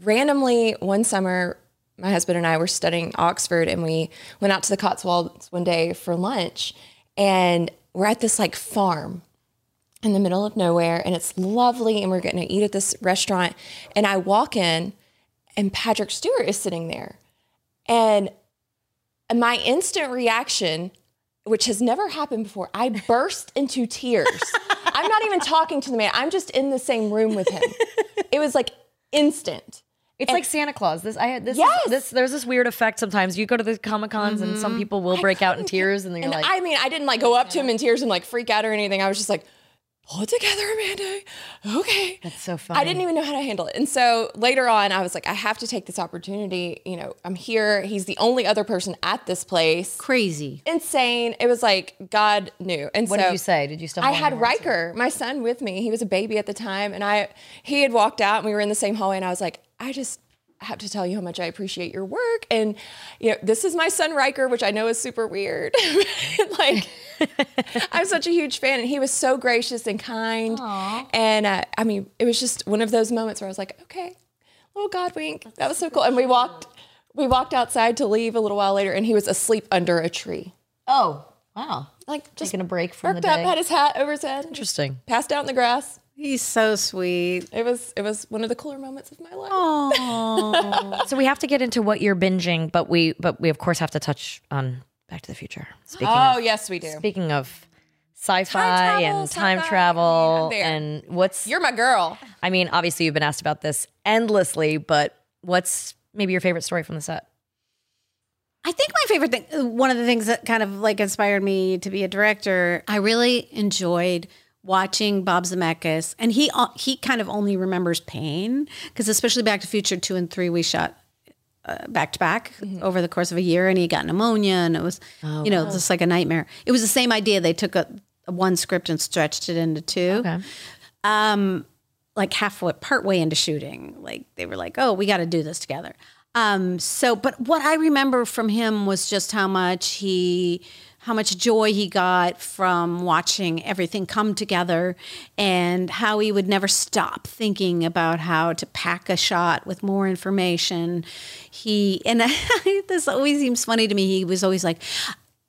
Speaker 2: randomly one summer, my husband and I were studying Oxford, and we went out to the Cotswolds one day for lunch, and we're at this like farm in the middle of nowhere, and it's lovely, and we're going to eat at this restaurant, and I walk in, and Patrick Stewart is sitting there, and and my instant reaction which has never happened before, I burst into tears. I'm not even talking to the man. I'm just in the same room with him. It was like instant.
Speaker 1: It's like Santa Claus. This I had this, is-
Speaker 2: Yes! Mm-hmm.
Speaker 1: this there's this weird effect sometimes. You go to the Comic Cons and some people will break out in tears and then you're
Speaker 2: And
Speaker 1: like
Speaker 2: I mean, I didn't like go up to him in tears and like freak out or anything. I was just like, pull it together, Amanda. Okay.
Speaker 1: That's so funny.
Speaker 2: I didn't even know how to handle it. And so later on, I was like, I have to take this opportunity. You know, I'm here. He's the only other person at this place.
Speaker 3: Crazy.
Speaker 2: Insane. It was like God knew. And
Speaker 1: What
Speaker 2: so
Speaker 1: did you say? Did you stumble
Speaker 2: I
Speaker 1: on
Speaker 2: had
Speaker 1: your words?
Speaker 2: Riker, my son, with me. He was a baby at the time, and I he had walked out, and we were in the same hallway, and I was like, I just have to tell you how much I appreciate your work, and you know, this is my son Riker, which I know is super weird. like, I'm such a huge fan, and he was so gracious and kind, and uh, I mean, it was just one of those moments where I was like, okay, little God wink, that was so cool, and we walked. We walked outside to leave a little while later, and he was asleep under a tree.
Speaker 1: Oh, wow.
Speaker 2: Like just
Speaker 1: Taking a break from the
Speaker 2: perked up,
Speaker 1: day.
Speaker 2: had his hat over his head, just
Speaker 1: Interesting.
Speaker 2: passed out in the grass.
Speaker 3: He's so sweet.
Speaker 2: It was it was one of the cooler moments of my life.
Speaker 1: So we have to get into what you're binging, but we but we of course have to touch on Back to the Future. Speaking
Speaker 2: Oh,
Speaker 1: of
Speaker 2: yes, we do.
Speaker 1: speaking of sci-fi
Speaker 2: travel,
Speaker 1: and time
Speaker 2: sci-fi.
Speaker 1: travel
Speaker 2: I'm there.
Speaker 1: and what's
Speaker 2: You're my girl.
Speaker 1: I mean, obviously you've been asked about this endlessly, but what's maybe your favorite story from the set?
Speaker 3: I think my favorite thing, one of the things that kind of like inspired me to be a director, I really enjoyed watching Bob Zemeckis, and he he kind of only remembers pain because especially Back to Future two and three we shot uh, back to back over the course of a year, and he got pneumonia, and it was you know just like a nightmare. It was the same idea. They took a, one script and stretched it into two
Speaker 1: Okay.
Speaker 3: like halfway partway into shooting like they were like oh we got to do this together um so but what i remember from him was just how much he how much joy he got from watching everything come together and how he would never stop thinking about how to pack a shot with more information he and this always seems funny to me he was always like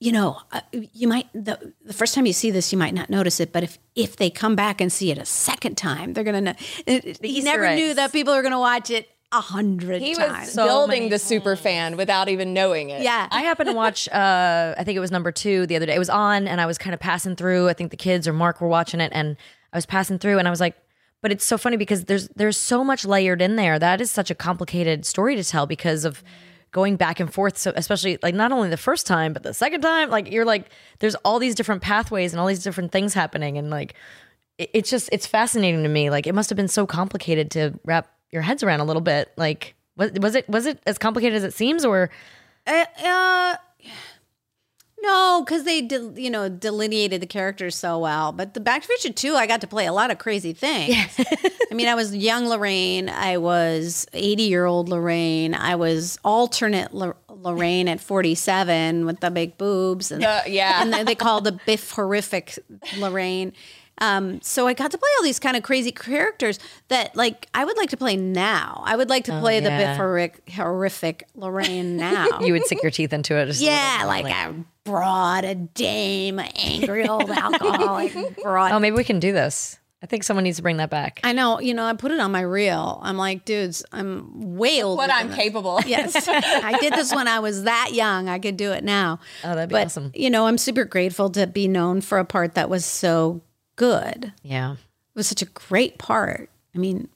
Speaker 3: you know, uh, you might the, the first time you see this, you might not notice it, but if if they come back and see it a second time, they're gonna know. It- it- You never
Speaker 1: Easter
Speaker 3: knew
Speaker 1: eggs.
Speaker 3: that people are gonna watch it a hundred
Speaker 2: He
Speaker 3: times.
Speaker 2: was
Speaker 1: So many
Speaker 2: building the super fan without even knowing it.
Speaker 3: yeah,
Speaker 1: I happened to watch, uh, I think it was number two the other day. It was on, and I was kind of passing through. I think the kids or Mark were watching it, and I was passing through, and I was like, but it's so funny because there's there's so much layered in there. That is such a complicated story to tell because of going back and forth. So especially like not only the first time, but the second time, like you're like there's all these different pathways and all these different things happening, and like it- it's just it's fascinating to me. Like it must have been so complicated to wrap your heads around a little bit. Like was, was it was it as complicated as it seems, or
Speaker 3: uh, uh, no, because they del- you know delineated the characters so well. But the Back to the Future Two, I got to play a lot of crazy things. I mean, I was young Lorraine. I was 80 year old Lorraine. I was alternate Lor- Lorraine at 47 with the big boobs and
Speaker 2: Uh, yeah.
Speaker 3: and then they called the Biff horrific Lorraine. Um, so I got to play all these kind of crazy characters that, like, I would like to play now. I would like to play the
Speaker 1: yeah.
Speaker 3: Biff horrific, horrific Lorraine now.
Speaker 1: you would sink your teeth into it. Just a
Speaker 3: yeah,
Speaker 1: little bit,
Speaker 3: like, a broad, a dame, a angry old alcoholic broad.
Speaker 1: oh, maybe we can do this. I think someone needs to bring that back.
Speaker 3: Um, I know, you know, I put it on my reel. I'm like, dudes, I'm way older.
Speaker 2: What
Speaker 3: than
Speaker 2: I'm
Speaker 3: this.
Speaker 2: capable of.
Speaker 3: Yes. I did this when I was that young. I could do it now.
Speaker 1: Oh, that'd be
Speaker 3: but,
Speaker 1: awesome.
Speaker 3: You know, I'm super grateful to be known for a part that was so good. It
Speaker 1: Yeah.
Speaker 3: was such a great part. I mean,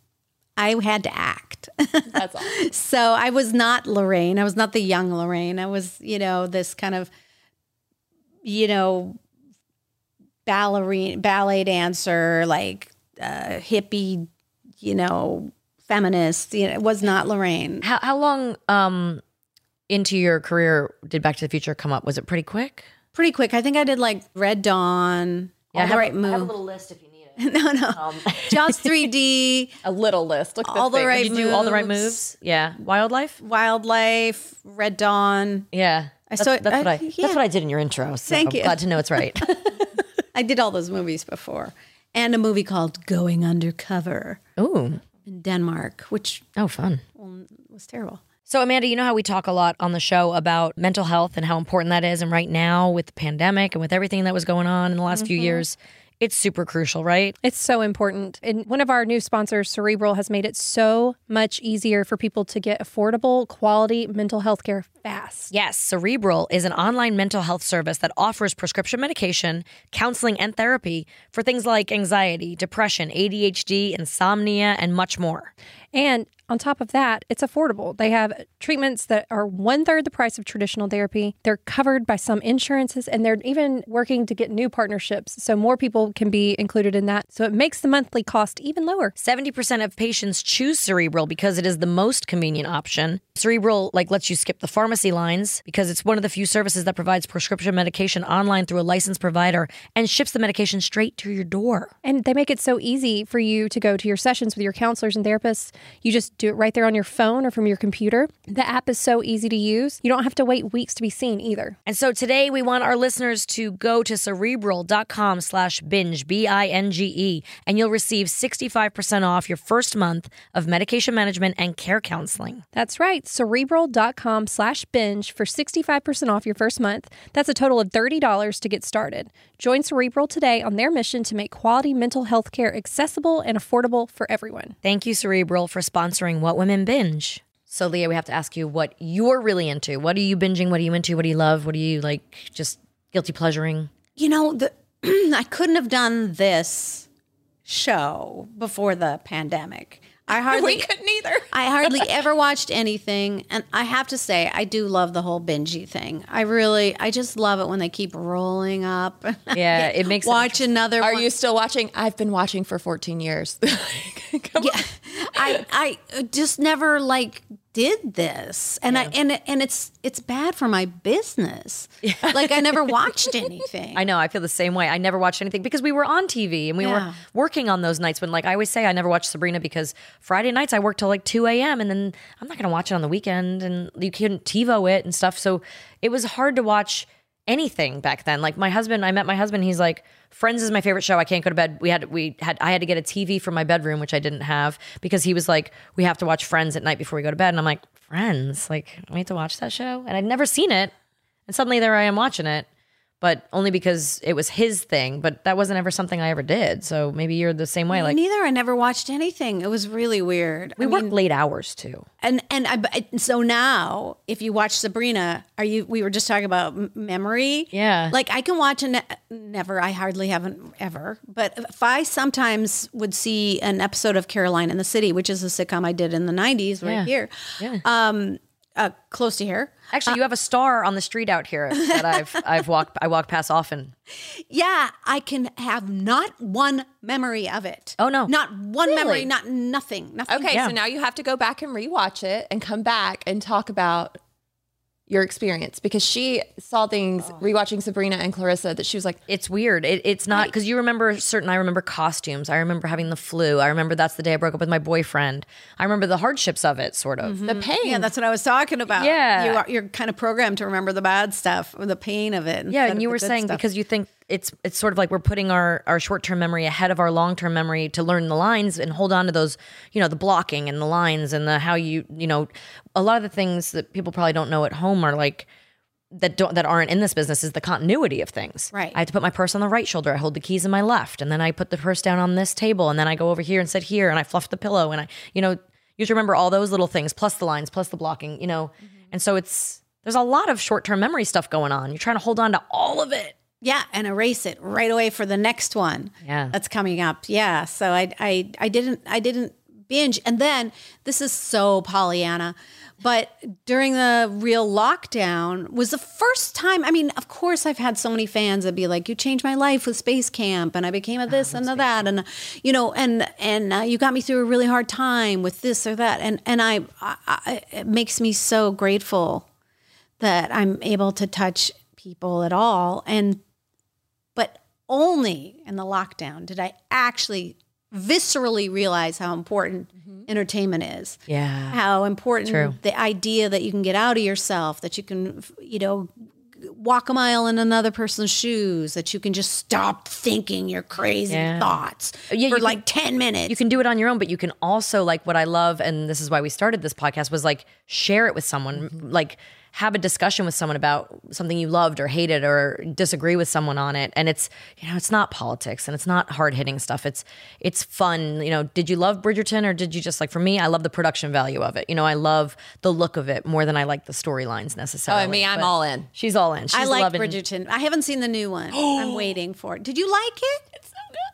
Speaker 3: I had to act.
Speaker 2: That's all.
Speaker 3: so I was not Lorraine. I was not the young Lorraine. I was, you know, this kind of, you know, ballerina, ballet dancer, like uh, hippie, you know, feminist. You know, it was not Lorraine.
Speaker 1: How how long um into your career did Back to the Future come up? Was it pretty quick?
Speaker 3: pretty quick. I think I did like Red Dawn.
Speaker 1: Yeah, I
Speaker 3: all the
Speaker 1: have a-
Speaker 3: right move.
Speaker 1: little um, list if you need it.
Speaker 3: no, no. Jaws 3D,
Speaker 2: A little list. Look,
Speaker 3: all the right
Speaker 1: Did you do
Speaker 3: moves.
Speaker 1: all the right moves? Yeah. Wildlife?
Speaker 3: Wildlife, Red Dawn.
Speaker 1: Yeah.
Speaker 3: I
Speaker 1: That's-
Speaker 3: saw it-
Speaker 1: That's what
Speaker 3: I-
Speaker 1: I.
Speaker 3: yeah.
Speaker 1: That's what I did in your intro. So
Speaker 3: Thank
Speaker 1: I'm
Speaker 3: you.
Speaker 1: Glad to know it's right.
Speaker 3: I did all those movies before. And a movie called Going Undercover
Speaker 1: Ooh.
Speaker 3: in Denmark, which
Speaker 1: Oh, fun.
Speaker 3: was terrible.
Speaker 1: So, Amanda, you know how we talk a lot on the show about mental health and how important that is. And right now, with the pandemic and with everything that was going on in the last
Speaker 3: Mm-hmm.
Speaker 1: few years, it's super crucial, right?
Speaker 4: It's so important. And one of our new sponsors, Cerebral, has made it so much easier for people to get affordable, quality mental health care fast.
Speaker 1: Yes, Cerebral is an online mental health service that offers prescription medication, counseling, and therapy for things like anxiety, depression, ADHD, insomnia, and much more.
Speaker 4: And on top of that, it's affordable. They have treatments that are one third the price of traditional therapy. They're covered by some insurances, and they're even working to get new partnerships so more people can be included in that. So it makes the monthly cost even lower.
Speaker 1: 70% of patients choose Cerebral because it is the most convenient option. Cerebral like lets you skip the pharmacy lines because it's one of the few services that provides prescription medication online through a licensed provider and ships the medication straight to your door.
Speaker 4: And they make it so easy for you to go to your sessions with your counselors and therapists. You just do it right there on your phone or from your computer. The app is so easy to use. You don't have to wait weeks to be seen either.
Speaker 1: And so today we want our listeners to go to cerebral.com slash binge, B I N G E, and you'll receive 65% off your first month of medication management and care counseling.
Speaker 4: That's right, cerebral.com slash binge for 65% off your first month. That's a total of $30 to get started. Join Cerebral today on their mission to make quality mental health care accessible and affordable for everyone.
Speaker 1: Thank you, Cerebral, for sponsoring What Women Binge. So, Leah, we have to ask you what you're really into. What are you binging? What are you into? What do you love? What are you like just guilty pleasuring?
Speaker 3: You know, the, I couldn't have done this show before the pandemic. I hardly
Speaker 2: we couldn't either.
Speaker 3: I hardly ever watched anything. And I have to say, I do love the whole bingey thing. I really, I just love it when they keep rolling up.
Speaker 1: Yeah, it makes it
Speaker 3: Watch another
Speaker 2: Are
Speaker 3: one.
Speaker 2: you still watching? I've been watching for 14 years. Come on.
Speaker 3: I, I just never like did this. And I, and, and it's, it's bad for my business. Like I never watched anything.
Speaker 1: I know. I feel the same way. I never watched anything because we were on TV and we were
Speaker 3: Yeah.
Speaker 1: working on those nights when, like, I always say, I never watched Sabrina because Friday nights I work till like 2 a.m. and then I'm not going to watch it on the weekend and you couldn't TiVo it and stuff. So it was hard to watch anything back then. Like, my husband, I met my husband. He's like, Friends is my favorite show. I can't go to bed. We had, we had, I had to get a TV for my bedroom, which I didn't have because he was like, We have to watch Friends at night before we go to bed. And I'm like, Friends? Like, we have to watch that show? And I'd never seen it. And suddenly there I am watching it, but only because it was his thing. But that wasn't ever something I ever did. So maybe you're the same way. Like
Speaker 3: Neither. I never watched anything. It was really weird.
Speaker 1: we work late hours too.
Speaker 3: And and I but- so now if you watch Sabrina, are you? We were just talking about m- memory.
Speaker 1: Yeah.
Speaker 3: like I can watch and never. I hardly haven't ever. But if I sometimes would see an episode of Caroline in the City, which is a sitcom I did in the '90s, right
Speaker 1: Yeah.
Speaker 3: here,
Speaker 1: Yeah.
Speaker 3: uh, close to here.
Speaker 1: Actually, you have a star on the street out here that I've I've walked I walk past often.
Speaker 3: Yeah, I can have not one memory of it.
Speaker 1: Oh, no.
Speaker 3: not one memory, not nothing, nothing.
Speaker 2: Okay, so now you have to go back and rewatch it and come back and talk about your experience because she saw things rewatching Sabrina and Clarissa that she was like,
Speaker 1: It's weird. It, it's not because you remember certain. I remember costumes. I remember having the flu. I remember that's the day I broke up with my boyfriend. I remember the hardships of it, sort of.
Speaker 2: the pain.
Speaker 3: Yeah, that's what I was talking about.
Speaker 1: Yeah.
Speaker 3: you are, you're kind of programmed to remember the bad stuff or the pain of it.
Speaker 1: Yeah,
Speaker 3: instead
Speaker 1: and
Speaker 3: of
Speaker 1: you
Speaker 3: the
Speaker 1: were
Speaker 3: good
Speaker 1: saying
Speaker 3: stuff.
Speaker 1: because you think it's it's sort of like we're putting our our short term memory ahead of our long term memory to learn the lines and hold on to those, you know, the blocking and the lines and the how you you know, a lot of the things that people probably don't know at home are like that don't that aren't in this business is the continuity of things.
Speaker 3: Right.
Speaker 1: I have to put my purse on the right shoulder. I hold the keys in my left, and then I put the purse down on this table, and then I go over here and sit here, and I fluff the pillow, and I you know you just remember all those little things plus the lines plus the blocking, you know, and so it's there's a lot of short term memory stuff going on. You're trying to hold on to all of it.
Speaker 3: yeah, and erase it right away for the next one.
Speaker 1: Yeah.
Speaker 3: that's coming up. Yeah, so I I I didn't I didn't binge, and then this is so Pollyanna. But during the real lockdown was the first time. I mean, of course, I've had so many fans that be like, "You changed my life with Space Camp, and I became a this and a that, and you know, and and uh, you got me through a really hard time with this or that." And and I, I, I it makes me so grateful that I'm able to touch people at all. And, but only in the lockdown did I actually viscerally realize how important entertainment is.
Speaker 1: Mm-hmm. Yeah.
Speaker 3: How important
Speaker 1: True.
Speaker 3: the idea that you can get out of yourself, that you can, you know, walk a mile in another person's shoes, that you can just stop thinking your crazy
Speaker 1: Yeah.
Speaker 3: thoughts
Speaker 1: Yeah, you
Speaker 3: for
Speaker 1: can-
Speaker 3: like 10 minutes.
Speaker 1: You can do it on your own, but you can
Speaker 2: Mm-hmm.
Speaker 1: also like what I love, and this is why we started this podcast was like share it with someone. Like have a discussion with someone about something you loved or hated or disagree with someone on it and it's you know it's not politics and it's not hard hitting stuff it's it's fun you know did you love Bridgerton or did you just like for me I love the production value of it you know I love the look of it more than I like the storylines necessarily
Speaker 2: Oh, I mean, I'm
Speaker 1: But
Speaker 2: all in.
Speaker 1: she's all in she's
Speaker 3: I like
Speaker 1: loving
Speaker 3: Bridgerton. I haven't seen the new one. I'm waiting for it. Did you like it? It's so good.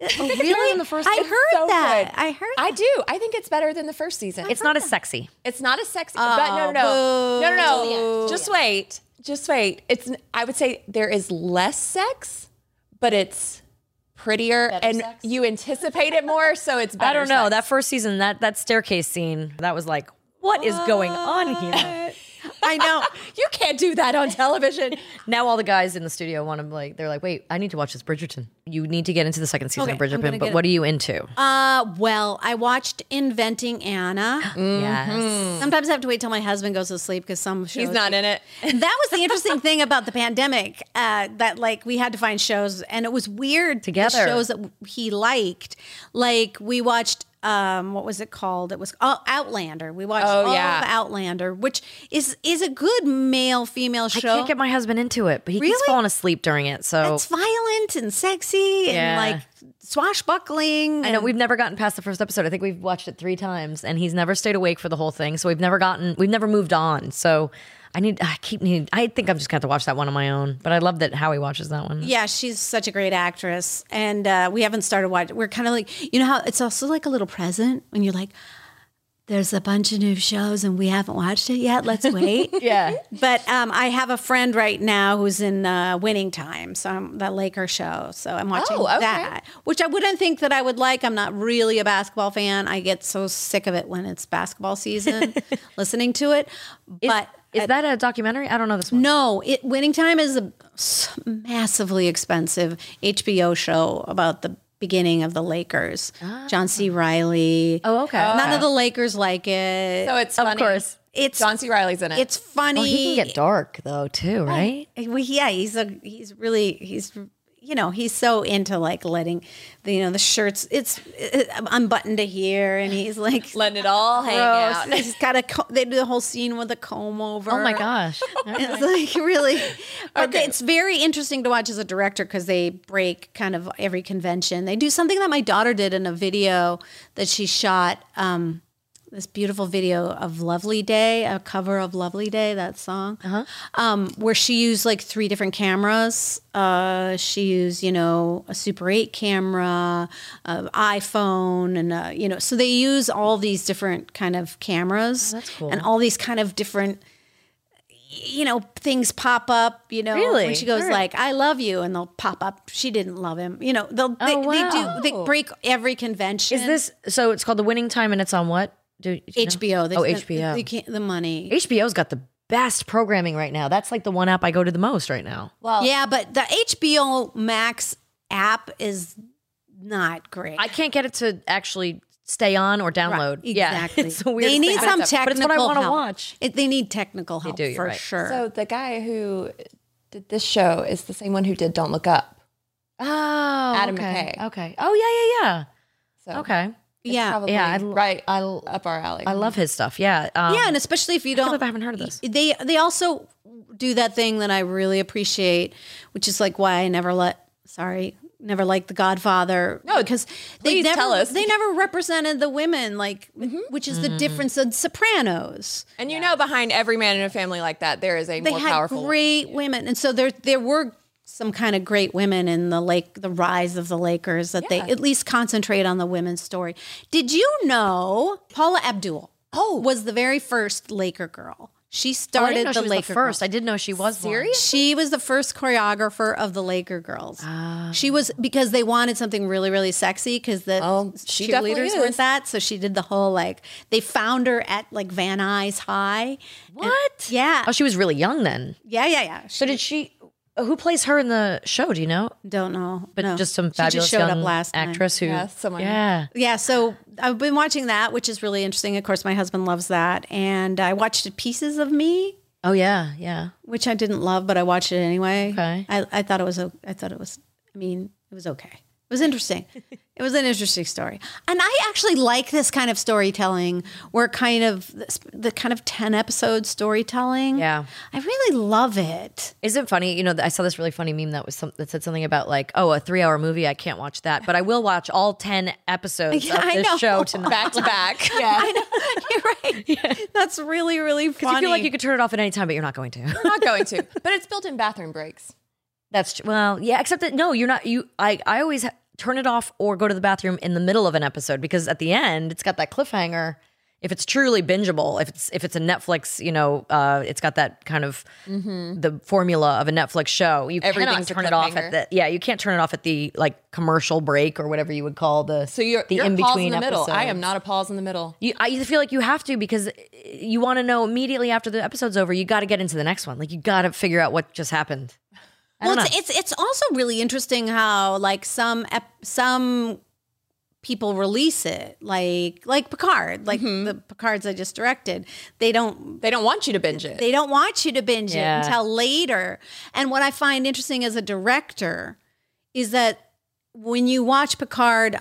Speaker 3: Oh, really?
Speaker 1: the first
Speaker 3: I
Speaker 1: one?
Speaker 3: heard
Speaker 1: It's
Speaker 2: so
Speaker 3: that.
Speaker 2: good.
Speaker 3: I heard.
Speaker 2: I
Speaker 3: that.
Speaker 2: do. I think it's better than the first season. It's
Speaker 1: it's not as sexy
Speaker 2: it's not as sexy. but no, no, no,
Speaker 3: boo.
Speaker 1: Oh,
Speaker 2: no, no, no. Just wait. Just wait. It's. I would say there is less sex, but it's prettier, and you anticipate it more, so it's better.
Speaker 1: I don't know.
Speaker 2: sex.
Speaker 1: That first season, that that staircase scene, that was like, what is going on here?
Speaker 3: I know.
Speaker 2: you can't do that on television.
Speaker 1: Now all the guys in the studio want to like, they're like, wait, I need to watch this Bridgerton. You need to get into the second season
Speaker 3: Okay,
Speaker 1: of
Speaker 3: I'm
Speaker 1: Bridgerton,
Speaker 3: gonna
Speaker 1: but
Speaker 3: get
Speaker 1: what
Speaker 3: it.
Speaker 1: are you into?
Speaker 3: Uh, well, I watched Inventing
Speaker 1: Mm.
Speaker 3: Anna.
Speaker 1: Yes.
Speaker 3: Sometimes I have to wait till my husband goes to sleep because some shows
Speaker 2: He's not in it.
Speaker 3: that was the interesting thing about the pandemic uh, that like we had to find shows and it was weird the
Speaker 1: Together.
Speaker 3: shows that he liked like we watched um, what was it called? It was oh, Outlander. We watched
Speaker 2: Oh,
Speaker 3: all
Speaker 2: yeah.
Speaker 3: of Outlander, which is is a good male female
Speaker 1: I
Speaker 3: show.
Speaker 1: can't get my husband into it, but he keeps
Speaker 3: Really?
Speaker 1: falling asleep during it. So
Speaker 3: it's violent and sexy
Speaker 1: Yeah.
Speaker 3: and like swashbuckling.
Speaker 1: I know we've never gotten past the first episode. I think we've watched it three times, and he's never stayed awake for the whole thing. So we've never gotten, we've never moved on. So I need, I keep needing. I think I'm just gonna have to watch that one on my own. But I love that Howie watches that one.
Speaker 3: Yeah, she's such a great actress, and uh, we haven't started watching. We're kind of like, you know how it's also like a little present when you're like, "There's a bunch of new shows, and we haven't watched it yet. Let's wait."
Speaker 1: Yeah.
Speaker 3: But um, I have a friend right now who's in uh, Winning Time, so I'm, that Laker show. So I'm watching
Speaker 2: Oh, okay.
Speaker 3: that, which I wouldn't think that I would like. I'm not really a basketball fan. I get so sick of it when it's basketball season, listening to it. But
Speaker 1: Is that a documentary? I don't know this one.
Speaker 3: no, it, Winning Time is a s- massively expensive HBO show about the beginning of the Lakers.
Speaker 2: Ah.
Speaker 3: John C. Riley.
Speaker 1: Oh, okay.
Speaker 3: None
Speaker 1: Okay.
Speaker 3: of the Lakers like it.
Speaker 2: So it's funny.
Speaker 1: Of course.
Speaker 3: it's
Speaker 2: John Oh, C. Riley's in it.
Speaker 3: it's funny. Eh,
Speaker 1: Well, he can get dark though too, right?
Speaker 3: Well, yeah, he's a he's really he's you know he's so into like letting the you know the shirts it's it, unbuttoned to here and he's like
Speaker 2: letting it all hang out.
Speaker 3: gross. he's got a co- they do the whole scene with a comb over.
Speaker 1: Oh my gosh.
Speaker 3: It's like really, but it's very interesting to watch as a director because they break kind of every convention. They do something that my daughter did in a video that she shot. Um, this beautiful video of "Lovely Day," a cover of "Lovely Day," that song, um, where she used like three different cameras. Uh, she used, you know, a Super Eight camera, an iPhone, and uh, you know, so they use all these different kind of cameras.
Speaker 1: that's cool.
Speaker 3: And all these kind of different you know, things pop up, you know,
Speaker 1: Really?
Speaker 3: when she goes
Speaker 1: All right.
Speaker 3: like, I love you. And they'll pop up. She didn't love him. You know, they'll, they,
Speaker 1: Oh, wow.
Speaker 3: they do, they break every convention.
Speaker 1: Is this so? It's called the Winning Time, and it's on what? Do, do you know?
Speaker 3: HBO? They,
Speaker 1: Oh,
Speaker 3: they-
Speaker 1: HBO.
Speaker 3: They can't, the money.
Speaker 1: HBO's got the best programming right now. That's like the one app I go to the most right now.
Speaker 2: well,
Speaker 3: yeah. But the HBO max app is not great.
Speaker 1: I can't get it to actually stay on or download.
Speaker 3: Right,
Speaker 1: Yeah,
Speaker 3: Exactly.
Speaker 1: it's the weirdest
Speaker 3: they need
Speaker 1: thing.
Speaker 3: some
Speaker 1: But it's-
Speaker 3: technical
Speaker 1: But it's what I want to
Speaker 3: help.
Speaker 1: watch.
Speaker 3: It, they need technical help
Speaker 1: do, you're
Speaker 3: for
Speaker 1: right.
Speaker 3: sure.
Speaker 2: So the guy who did this show is the same one who did Don't Look Up.
Speaker 1: Oh,
Speaker 2: Adam
Speaker 1: okay.
Speaker 2: McKay.
Speaker 1: Okay. Oh yeah, yeah,
Speaker 2: So
Speaker 1: yeah. Okay.
Speaker 3: yeah.
Speaker 2: probably
Speaker 1: Yeah, I l-
Speaker 2: right I l- up our alley.
Speaker 1: I love his stuff. Yeah. Um,
Speaker 3: yeah, and especially if you
Speaker 1: I
Speaker 3: don't,
Speaker 1: can't believe I haven't heard of this.
Speaker 3: They they also do that thing that I really appreciate, which is like why I never let sorry never liked The Godfather. No, because they
Speaker 2: please
Speaker 3: never
Speaker 2: tell us.
Speaker 3: they never represented the women like which is the difference of Sopranos.
Speaker 2: And you know, behind every man in a family like that, there is a
Speaker 3: They
Speaker 2: more
Speaker 3: had
Speaker 2: powerful.
Speaker 3: great women, and so there there were some kind of great women in the lake the rise of the Lakers that they at least concentrate on the women's story. Did you know Paula Abdul? Oh, was the very first Laker girl. She
Speaker 1: Oh, I
Speaker 3: started
Speaker 1: didn't know
Speaker 3: the
Speaker 1: she was
Speaker 3: Laker
Speaker 1: the first.
Speaker 3: Girl.
Speaker 1: I didn't know she was serious.
Speaker 3: She was the first choreographer of the Laker girls. She was because they wanted something really, really sexy because the
Speaker 2: Oh, she definitely
Speaker 3: cheerleaders
Speaker 2: is.
Speaker 3: weren't that. So she did the whole like they found her at like Van Nuys High.
Speaker 1: What?
Speaker 3: Yeah,
Speaker 1: Oh, she was really young then.
Speaker 3: yeah, yeah, yeah. She
Speaker 1: So did she? Who plays her in the show? Do you know?
Speaker 3: don't know,
Speaker 1: But
Speaker 3: No.
Speaker 1: just some
Speaker 3: She
Speaker 1: fabulous
Speaker 3: showed up
Speaker 1: young
Speaker 3: last night.
Speaker 1: actress who,
Speaker 2: Yeah, someone-
Speaker 1: yeah.
Speaker 3: Yeah, so I've been watching that, which is really interesting. Of course, my husband loves that, and I watched Pieces of Me,
Speaker 1: Oh yeah, yeah.
Speaker 3: which I didn't love, but I watched it anyway.
Speaker 1: Okay.
Speaker 3: I, I thought it was o- I thought it was. I mean, it was okay. It was interesting. It was an interesting story. And I actually like this kind of storytelling where kind of the kind of 10 episode storytelling.
Speaker 1: Yeah.
Speaker 3: I really love it.
Speaker 1: Isn't it funny? You know, I saw this really funny meme that was some, that said something about like, oh, a three hour movie. I can't watch that, but I will watch all ten episodes
Speaker 3: Yeah,
Speaker 1: of
Speaker 3: I
Speaker 1: this
Speaker 3: know.
Speaker 1: show tonight.
Speaker 2: back to back.
Speaker 3: I know. You're right. That's really, really funny.
Speaker 1: Because you feel like you could turn it off at any time, but you're not going to.
Speaker 2: I'm not going to, but it's built in bathroom breaks.
Speaker 1: That's tr- well, yeah. Except that no, you're not. You, I, I always ha- turn it off or go to the bathroom in the middle of an episode because at the end it's got that cliffhanger. If it's truly bingeable, if it's if it's a Netflix, you know, uh, it's got that kind of the formula of a Netflix show. You cannot
Speaker 2: Mm-hmm. Everything's a
Speaker 1: turn it off
Speaker 2: cliffhanger.
Speaker 1: at the yeah. You can't turn it off at the like commercial break or whatever you would call the
Speaker 2: So you're,
Speaker 1: the
Speaker 2: you're
Speaker 1: in
Speaker 2: pause in
Speaker 1: between
Speaker 2: the middle. I am
Speaker 1: episodes.
Speaker 2: not a pause in the middle.
Speaker 1: You, I either feel like you have to because you want to know immediately after the episode's over. You got to get into the next one. Like you got to figure out what just happened. I
Speaker 3: Well,
Speaker 1: don't
Speaker 3: it's,
Speaker 1: know.
Speaker 3: it's it's also really interesting how like some ep- some people release it, like like Picard, like
Speaker 1: Mm-hmm.
Speaker 3: the Picards I just directed. They don't
Speaker 2: They don't want you to binge it.
Speaker 3: they don't want you to binge
Speaker 1: Yeah.
Speaker 3: it until later. And what I find interesting as a director is that when you watch Picard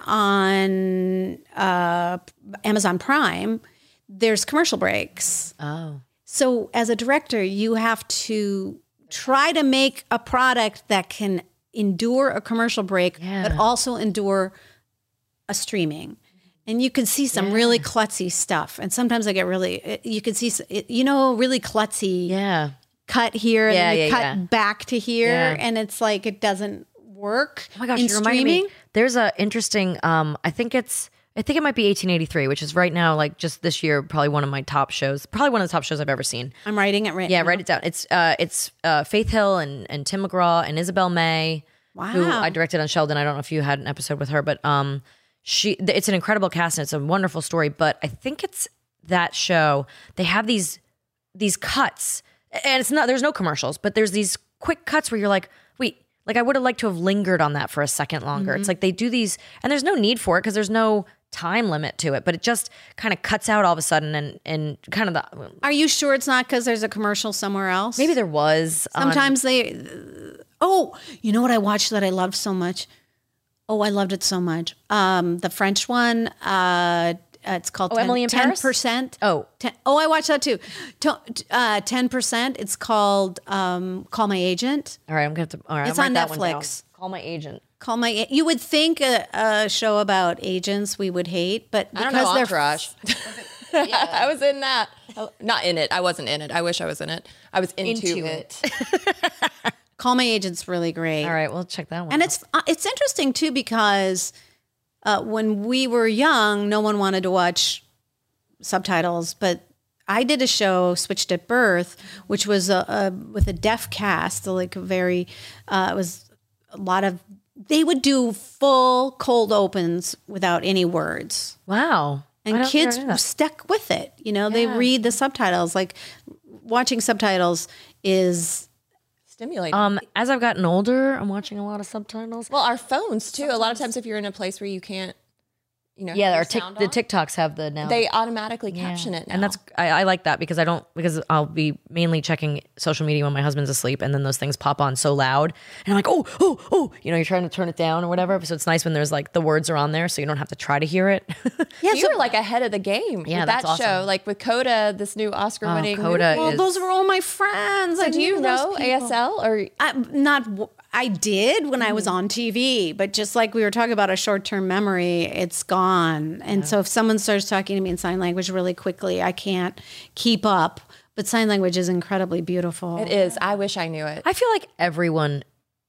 Speaker 3: on uh, Amazon Prime, there's commercial breaks.
Speaker 1: oh.
Speaker 3: So, as a director, you have to try to make a product that can endure a commercial break,
Speaker 1: Yeah.
Speaker 3: but also endure a streaming. And you can see some really klutzy stuff. And sometimes I get really, you can see, s- you know, really klutzy
Speaker 1: Yeah.
Speaker 3: cut here, and
Speaker 1: Yeah,
Speaker 3: then you
Speaker 1: yeah,
Speaker 3: cut
Speaker 1: yeah.
Speaker 3: back to here.
Speaker 1: Yeah.
Speaker 3: And it's like, it doesn't work.
Speaker 1: Oh my gosh,
Speaker 3: in
Speaker 1: you reminded
Speaker 3: streaming.
Speaker 1: me. There's a interesting. Um, I think it's. I think it might be 1883, which is right now, like just this year, probably one of my top shows. Probably one of the top shows I've ever seen.
Speaker 3: I'm writing it right
Speaker 1: Yeah,
Speaker 3: now.
Speaker 1: write it down. It's uh, it's uh, Faith Hill and and Tim McGraw and Isabel May, who
Speaker 3: Wow.
Speaker 1: I directed on Sheldon. I don't know if you had an episode with her, but um, she th- it's an incredible cast and it's a wonderful story. But I think it's that show. They have these these cuts, and it's not there's no commercials, but there's these quick cuts where you're like, wait. Like I would have liked to have lingered on that for a second longer. It's like they do these, and there's no need for it because there's no time limit to it. But it just kind of cuts out all of a sudden, and and kind of the
Speaker 3: Are you sure it's not because there's a commercial somewhere else?
Speaker 1: maybe there was um, on-
Speaker 3: Sometimes they. Oh, you know what I watched that I loved so much. Oh, I loved it so much. Um, the French one. Uh, uh, it's called
Speaker 1: Oh, Emily in Paris?
Speaker 3: percent.
Speaker 1: Oh.
Speaker 3: oh, I watched that too. uh, Ten percent. It's called um, Call My Agent.
Speaker 1: All right, I'm gonna have to. All right,
Speaker 3: It's
Speaker 1: I'll
Speaker 3: on
Speaker 1: write that one down.
Speaker 3: Netflix.
Speaker 1: Call my agent.
Speaker 3: Call My. A- You would think a, a show about agents we would hate, but
Speaker 2: I don't
Speaker 3: because
Speaker 2: know
Speaker 3: they're
Speaker 2: Entourage. I was in that. I- Not in it. I wasn't in it. I wish I was in it. I was into,
Speaker 1: Into
Speaker 2: it.
Speaker 3: Call My Agent's really great.
Speaker 1: All right, we'll check that one.
Speaker 3: And
Speaker 1: out.
Speaker 3: it's uh, it's interesting too because uh, when we were young, no one wanted to watch subtitles, but I did a show switched at birth, which was a, a with a deaf cast, so like a very uh, it was a lot of they would do full cold opens without any words,
Speaker 1: wow. I
Speaker 3: and
Speaker 1: don't
Speaker 3: kids
Speaker 1: know that.
Speaker 3: stuck with it. You know, they read the subtitles. Like watching subtitles is
Speaker 2: Stimulating.
Speaker 1: Um, as I've gotten older, I'm watching a lot of subtitles.
Speaker 2: well, our phones too. A lot of times, if you're in a place where you can't, you know,
Speaker 1: Yeah,
Speaker 2: have
Speaker 1: our
Speaker 2: your
Speaker 1: tic-
Speaker 2: sound
Speaker 1: the
Speaker 2: on,
Speaker 1: TikToks have the now.
Speaker 2: they automatically
Speaker 1: Yeah.
Speaker 2: caption it,
Speaker 1: and
Speaker 2: now.
Speaker 1: that's I, I like that because I don't because I'll be mainly checking social media when my husband's asleep, and then those things pop on so loud, and I'm like, oh, oh, oh, you know, you're trying to turn it down or whatever. So it's nice when there's like the words are on there, so you don't have to try to hear it.
Speaker 2: yeah. You were like ahead of the game
Speaker 1: Yeah,
Speaker 2: with
Speaker 1: that's
Speaker 2: that show,
Speaker 1: awesome. Oh,
Speaker 2: like with Coda, this new Oscar-winning.
Speaker 1: Coda
Speaker 2: movie.
Speaker 3: well,
Speaker 1: is-
Speaker 3: "Oh, those were all my friends. I
Speaker 2: Do you
Speaker 3: knew those
Speaker 2: know
Speaker 3: people.
Speaker 2: ASL or
Speaker 3: I, not w- I did when I
Speaker 2: Mm.
Speaker 3: was on TV, but just like we were talking about a short term memory, it's gone. And so if someone starts talking to me in sign language really quickly, I can't keep up. But sign language is incredibly beautiful.
Speaker 2: it is? I wish I knew it.
Speaker 1: I feel like everyone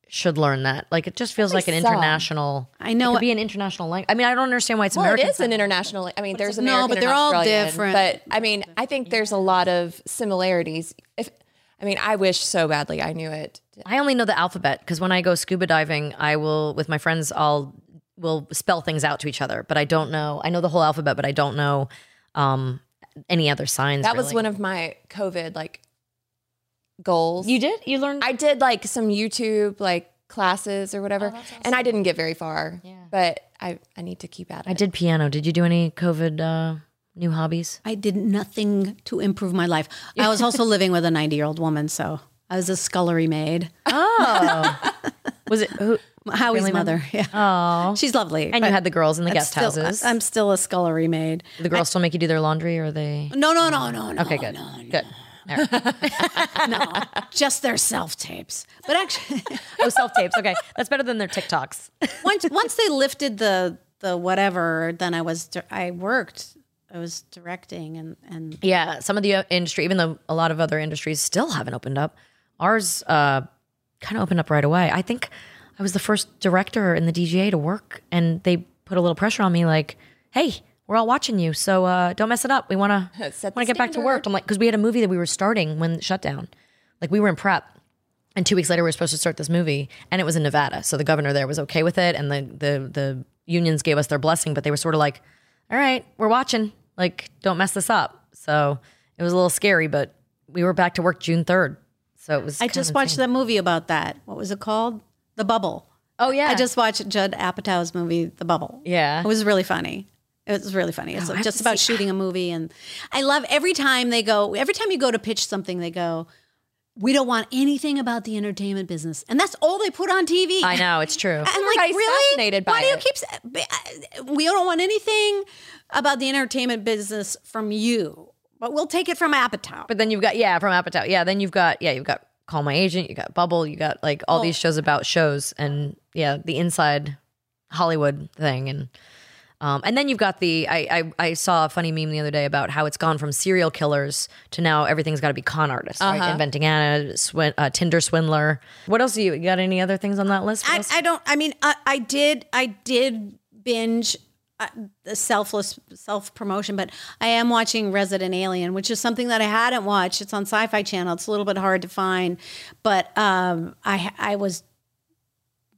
Speaker 1: should learn that. Like it just feels like an
Speaker 2: some.
Speaker 1: international.
Speaker 3: I
Speaker 1: it
Speaker 3: know it-
Speaker 1: could be an international language. I mean, I don't understand why it's
Speaker 2: Well, it
Speaker 1: American.
Speaker 2: is an international. I mean, there's
Speaker 3: it- no,
Speaker 2: American
Speaker 3: but
Speaker 2: and
Speaker 3: they're all
Speaker 2: Australian,
Speaker 3: different.
Speaker 2: But I mean, I think there's a lot of similarities. If I mean, I wish so badly I knew it.
Speaker 1: I only know the alphabet because when I go scuba diving, I will with my friends. I'll will spell things out to each other, but I don't know. I know the whole alphabet, but I don't know um, any other signs.
Speaker 2: That was one of my COVID like goals.
Speaker 1: you did. You learned.
Speaker 2: I did like some YouTube like classes or
Speaker 3: Oh,
Speaker 2: whatever, and I didn't get very far. Yeah. But I I need to keep at it.
Speaker 1: I did piano. Did you do any COVID uh, new hobbies?
Speaker 3: I did nothing to improve my life. I was also living with a 90 year old woman, so I was a scullery maid.
Speaker 1: Oh, Was it? Who,
Speaker 3: Howie's
Speaker 1: Really, Mom?
Speaker 3: mother. Yeah. Oh. She's lovely.
Speaker 1: and
Speaker 3: but
Speaker 1: you had the girls in the guest
Speaker 3: still-
Speaker 1: houses.
Speaker 3: I'm still a scullery maid.
Speaker 1: the girls still make you do their laundry, or are they?
Speaker 3: No, no, no, no, no.
Speaker 1: Okay, good,
Speaker 3: No, no,
Speaker 1: good.
Speaker 3: no. Just their self tapes. But actually,
Speaker 1: Oh, self tapes. Okay, that's better than their TikToks.
Speaker 3: once once they lifted the the whatever, then I was di- I worked. I was directing and and
Speaker 1: Yeah, some of the uh, industry, even though a lot of other industries still haven't opened up, ours uh, kind of opened up right away. I think I was the first director in the DGA to work, and they put a little pressure on me, like, "Hey, we're all watching you, so uh, don't mess it up. We want to
Speaker 2: Set the
Speaker 1: want to get back to
Speaker 2: standard.
Speaker 1: work." I'm like, because we had a movie that we were starting when the shutdown, like we were in prep. And two weeks later, we were supposed to start this movie, and it was in Nevada. So the governor there was okay with it, and the the the unions gave us their blessing, but they were sort of like, "All right, we're watching. Like, don't mess this up." So it was a little scary, but we were back to work June third. So it was.
Speaker 3: I just watched that movie about that. What was it called? The Bubble.
Speaker 1: Oh yeah,
Speaker 3: I just watched Judd Apatow's movie The Bubble.
Speaker 1: Yeah. Oh,
Speaker 3: It was really funny. It was really funny. It's
Speaker 1: I have
Speaker 3: just
Speaker 1: to
Speaker 3: about shooting a movie and I love every time they go every time you go to pitch something they go we don't want anything about the entertainment business. And that's all they put on TV.
Speaker 1: I know it's true.
Speaker 3: And like,
Speaker 2: Everybody's
Speaker 3: really?
Speaker 2: fascinated
Speaker 3: Why
Speaker 2: by
Speaker 3: do you
Speaker 2: it.
Speaker 3: keep? s- b- uh, We don't want anything about the entertainment business from you, but we'll take it from Apatow.
Speaker 1: But then you've got yeah from Apatow. Yeah, then you've got yeah you've got Call My Agent. You got Bubble. You got like all these shows about shows and yeah the inside Hollywood thing and um and then you've got the I I, I saw a funny meme the other day about how it's gone from serial killers to now everything's got to be con artists right inventing Anna swin- uh, Tinder swindler. What else do you, you got? Any other things on that list? What
Speaker 3: I,
Speaker 1: else?
Speaker 3: I don't. I mean, I, I did. I did binge uh, the selfless self promotion, but I am watching Resident Alien, which is something that I hadn't watched. It's on Sci Fi Channel. It's a little bit hard to find, but um, I I was.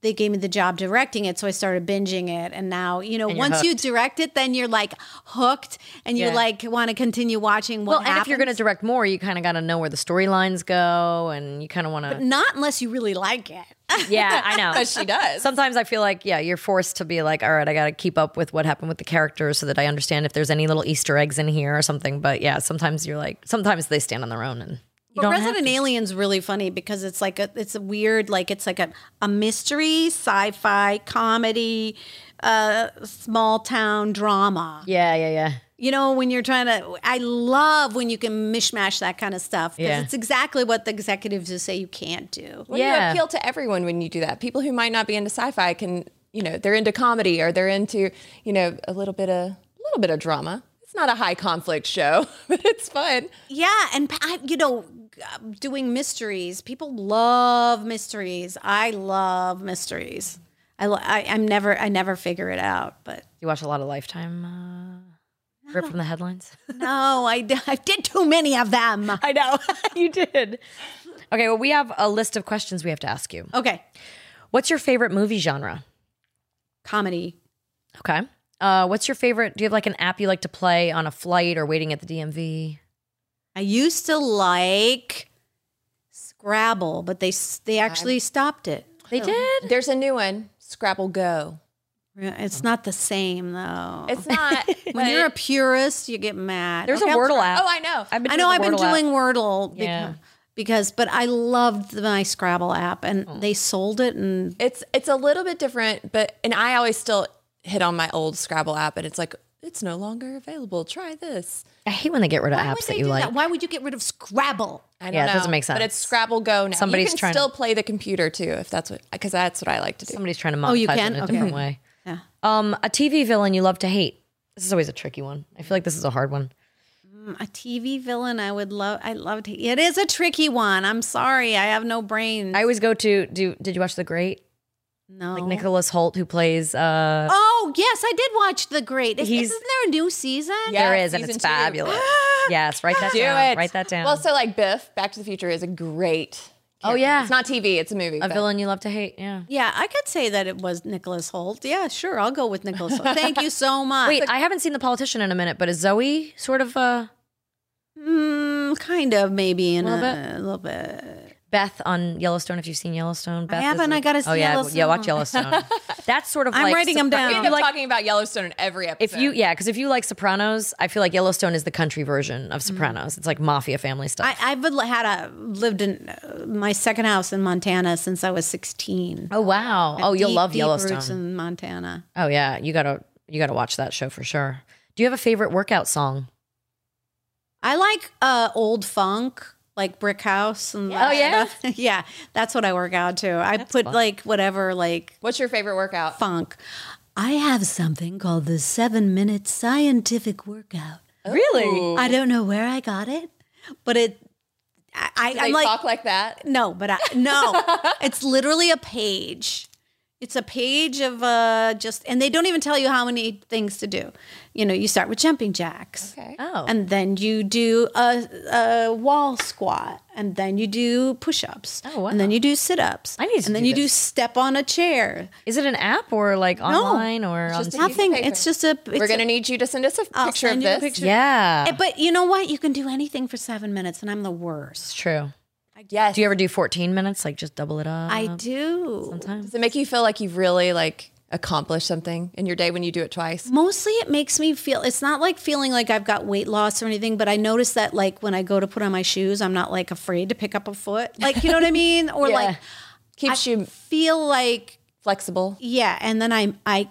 Speaker 3: They gave me the job directing it, so I started binging it, and now you know
Speaker 1: you're
Speaker 3: once you direct it, then you're like hooked, and you
Speaker 1: Yeah.
Speaker 3: like want to continue watching. What
Speaker 1: well, and if you're going to direct more, you kind of got to know where the storylines go, and you kind of want to.
Speaker 3: not unless you really like it.
Speaker 1: Yeah, I know.
Speaker 2: But she does.
Speaker 1: Sometimes I feel like, yeah, you're forced to be like, all right, I got to keep up with what happened with the characters so that I understand if there's any little Easter eggs in here or something. But yeah, sometimes you're like, sometimes they stand on their own and you
Speaker 3: But
Speaker 1: don't. Have,
Speaker 3: Resident Alien's really funny because it's like a it's a weird like it's like a, a mystery, sci-fi, comedy, uh small town drama.
Speaker 1: yeah, yeah, yeah.
Speaker 3: You know, when you're trying to I love when you can mishmash that kind of stuff because
Speaker 1: Yeah.
Speaker 3: it's exactly what the executives just say you can't do.
Speaker 2: Well,
Speaker 1: Yeah.
Speaker 2: you appeal to everyone when you do that. People who might not be into sci-fi can, you know, they're into comedy or they're into, you know, a little bit of a little bit of drama. It's not a high conflict show, but it's fun.
Speaker 3: Yeah, and p- I, you know, g- doing mysteries. People love mysteries. I love mysteries. I, lo- I I'm never I never figure it out, but
Speaker 1: You watch a lot of Lifetime uh, rip from the headlines.
Speaker 3: no, I, d- I did too many of them.
Speaker 1: I know. you did. Okay, well, we have a list of questions we have to ask you.
Speaker 3: Okay.
Speaker 1: What's your favorite movie genre?
Speaker 3: comedy.
Speaker 1: Okay. Uh, what's your favorite? Do you have like an app you like to play on a flight or waiting at the DMV?
Speaker 3: I used to like Scrabble, but they s- they actually stopped it.
Speaker 1: They did.
Speaker 2: There's a new one, Scrabble Go.
Speaker 3: Yeah, It's not the same though.
Speaker 2: It's not
Speaker 3: when you're a purist, you get mad.
Speaker 1: There's
Speaker 3: Okay,
Speaker 1: a
Speaker 3: I'll-
Speaker 1: Wordle app.
Speaker 2: Oh, I know.
Speaker 1: I've been
Speaker 3: I know
Speaker 1: doing
Speaker 3: I've
Speaker 1: the
Speaker 3: been
Speaker 1: Wordle app.
Speaker 3: doing Wordle beca-
Speaker 1: Yeah.
Speaker 3: because but I loved the- my Scrabble app and they sold it and
Speaker 2: It's it's a little bit different, but and I always still hit on my old Scrabble app and it's like it's no longer available. Try this.
Speaker 1: I hate when they get rid of apps that you like.
Speaker 3: Why would you get rid of Scrabble?
Speaker 2: I don't
Speaker 1: Yeah, it
Speaker 2: know,
Speaker 1: doesn't make sense.
Speaker 2: But it's Scrabble Go now.
Speaker 1: Somebody's
Speaker 2: you can
Speaker 1: trying to-
Speaker 2: still play the computer too if that's what because that's what I like to do.
Speaker 1: Somebody's trying to monetize
Speaker 3: you
Speaker 1: it
Speaker 3: can?
Speaker 1: in a
Speaker 3: Okay.
Speaker 1: different way.
Speaker 3: Yeah.
Speaker 1: Um, a TV villain you love to hate. This is always a tricky one. I feel like this is a hard one.
Speaker 3: A TV villain I would love I loved it is a tricky one. I'm sorry. I have no brain.
Speaker 1: I always go to do. Did you watch The Great?
Speaker 3: no.
Speaker 1: Like Nicholas Holt, who plays. Uh,
Speaker 3: Oh yes, I did watch The Great. Is,
Speaker 1: He's-
Speaker 3: isn't there a new season?
Speaker 2: Yeah,
Speaker 1: there is, and it's
Speaker 2: season two.
Speaker 1: fabulous. yes, write that
Speaker 2: Do
Speaker 1: down.
Speaker 2: it.
Speaker 1: Write that down.
Speaker 2: Well, so like Biff, Back to the Future is a great.
Speaker 1: Oh, yeah.
Speaker 2: it's not TV; it's a movie.
Speaker 1: a
Speaker 2: but-
Speaker 1: villain you love to hate. Yeah.
Speaker 3: Yeah, I could say that it was Nicholas Holt. Yeah, sure, I'll go with Nicholas Holt. Thank you so much.
Speaker 1: Wait, I haven't seen The Politician in a minute, but is Zoe sort of uh,
Speaker 3: Mm, kind of maybe in a
Speaker 1: Little
Speaker 3: a little bit.
Speaker 1: Beth on Yellowstone. If you've seen Yellowstone, Beth is
Speaker 3: haven't.
Speaker 1: a-
Speaker 3: I gotta see
Speaker 1: oh, yeah,
Speaker 3: Yellowstone.
Speaker 1: Yeah, watch Yellowstone. That's sort of.
Speaker 3: I'm
Speaker 1: like
Speaker 3: writing 'em
Speaker 1: surprise-
Speaker 3: down.
Speaker 2: end
Speaker 1: You
Speaker 2: up
Speaker 1: like
Speaker 2: talking about Yellowstone in every episode.
Speaker 1: if you yeah, because if you like Sopranos, I feel like Yellowstone is the country version of Sopranos. It's like mafia family stuff.
Speaker 3: Mm-hmm. I, I've been- had a lived in uh, my second house in Montana since I was 16.
Speaker 1: oh wow! Oh, you'll
Speaker 3: Deep,
Speaker 1: love
Speaker 3: deep
Speaker 1: Yellowstone.
Speaker 3: Roots in Montana.
Speaker 1: oh yeah, you gotta you gotta watch that show for sure. Do you have a favorite workout song?
Speaker 3: I like uh, old funk, like Brick House. And
Speaker 1: Oh, yeah?
Speaker 3: yeah. That's what I work out to. I put like whatever, like
Speaker 2: What's your favorite workout?
Speaker 3: funk. I have something called the seven minute scientific workout.
Speaker 1: Really?
Speaker 3: I don't know where I got it, but it. I, I,
Speaker 2: They
Speaker 3: I'm like
Speaker 2: talk like that.
Speaker 3: no, but I, no, it's literally a page. It's a page of uh, just, and they don't even tell you how many things to do. You know, you start with jumping jacks.
Speaker 2: Okay.
Speaker 1: Oh,
Speaker 3: And then you do a, a wall squat, and then you do push ups,
Speaker 1: Oh, wow.
Speaker 3: and then you do sit ups,
Speaker 1: I need to
Speaker 3: and then
Speaker 1: do
Speaker 3: you do
Speaker 1: this.
Speaker 3: step on a chair.
Speaker 1: is it an app or like online or on?
Speaker 2: just a-
Speaker 3: Nothing.
Speaker 2: paper.
Speaker 3: It's just a. It's
Speaker 2: We're gonna need you to send us a
Speaker 3: I'll
Speaker 2: picture of
Speaker 3: send you a
Speaker 2: this.
Speaker 3: picture.
Speaker 1: yeah,
Speaker 3: Eh, But you know what? You can do anything for seven minutes, and I'm the worst.
Speaker 1: it's true.
Speaker 2: Yes.
Speaker 1: Do you ever do 14 minutes? Like just double it up.
Speaker 3: I do.
Speaker 1: sometimes.
Speaker 2: Does it make you feel like you've really like accomplished something in your day when you do it
Speaker 1: Mm,
Speaker 2: twice?
Speaker 3: Mostly it makes me feel it's not like feeling like I've got weight loss or anything, but I notice that like when I go to put on my shoes, I'm not like afraid to pick up a foot. Like, you know what I mean? Or like
Speaker 2: Keeps you
Speaker 3: feel like
Speaker 2: flexible.
Speaker 3: yeah, and then I I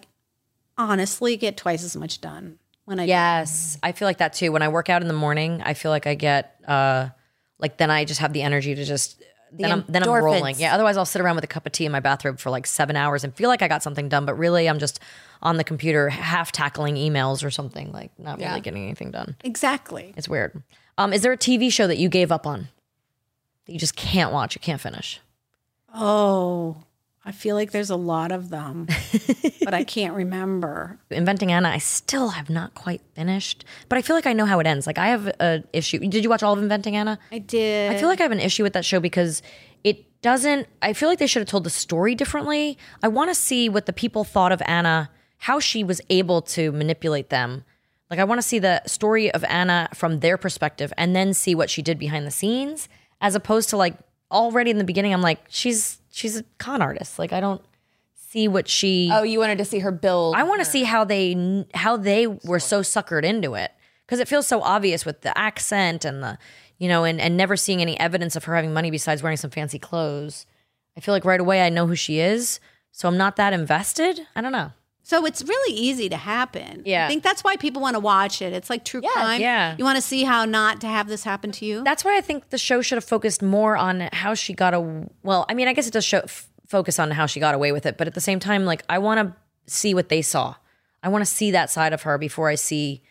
Speaker 3: honestly get twice as much done when I
Speaker 1: Yes, I feel like that too. When I work out in the morning, I feel like I get uh like then I just have the energy to just then I'm then I'm
Speaker 2: endorphins.
Speaker 1: rolling. Yeah, otherwise I'll sit around with a cup of tea in my bathrobe for like 7 hours and feel like I got something done, but really I'm just on the computer half tackling emails or something, like not
Speaker 2: Yeah.
Speaker 1: really getting anything done.
Speaker 3: Exactly.
Speaker 1: It's weird. Um is there a TV show that you gave up on? That you just can't watch, you can't finish?
Speaker 3: Oh, I feel like there's a lot of them, but I can't remember.
Speaker 1: Inventing Anna, I still have not quite finished, but I feel like I know how it ends. Like I have a issue. Did you watch all of Inventing Anna?
Speaker 3: I did.
Speaker 1: I feel like I have an issue with that show because it doesn't. I feel like they should have told the story differently. I want to see what the people thought of Anna, how she was able to manipulate them. Like, I want to see the story of Anna from their perspective and then see what she did behind the scenes, as opposed to like already in the beginning, I'm like, she's she's a con artist. Like, I don't see what she.
Speaker 2: Oh, you wanted to see her build.
Speaker 1: I want to see how they how they were so suckered into it because it feels so obvious with the accent and the you know and and never seeing any evidence of her having money besides wearing some fancy clothes. I feel like right away I know who she is, so I'm not that invested. I don't know.
Speaker 3: So it's really easy to happen.
Speaker 1: Yeah.
Speaker 3: I think that's why people want to watch it. It's like true crime.
Speaker 1: yeah.
Speaker 3: You want to see how not to have this happen to you.
Speaker 1: That's why I think the show should have focused more on how she got a. Well, I mean, I guess it does show f- focus on how she got away with it, but at the same time, like I want to see what they saw. I want to see that side of her before I see,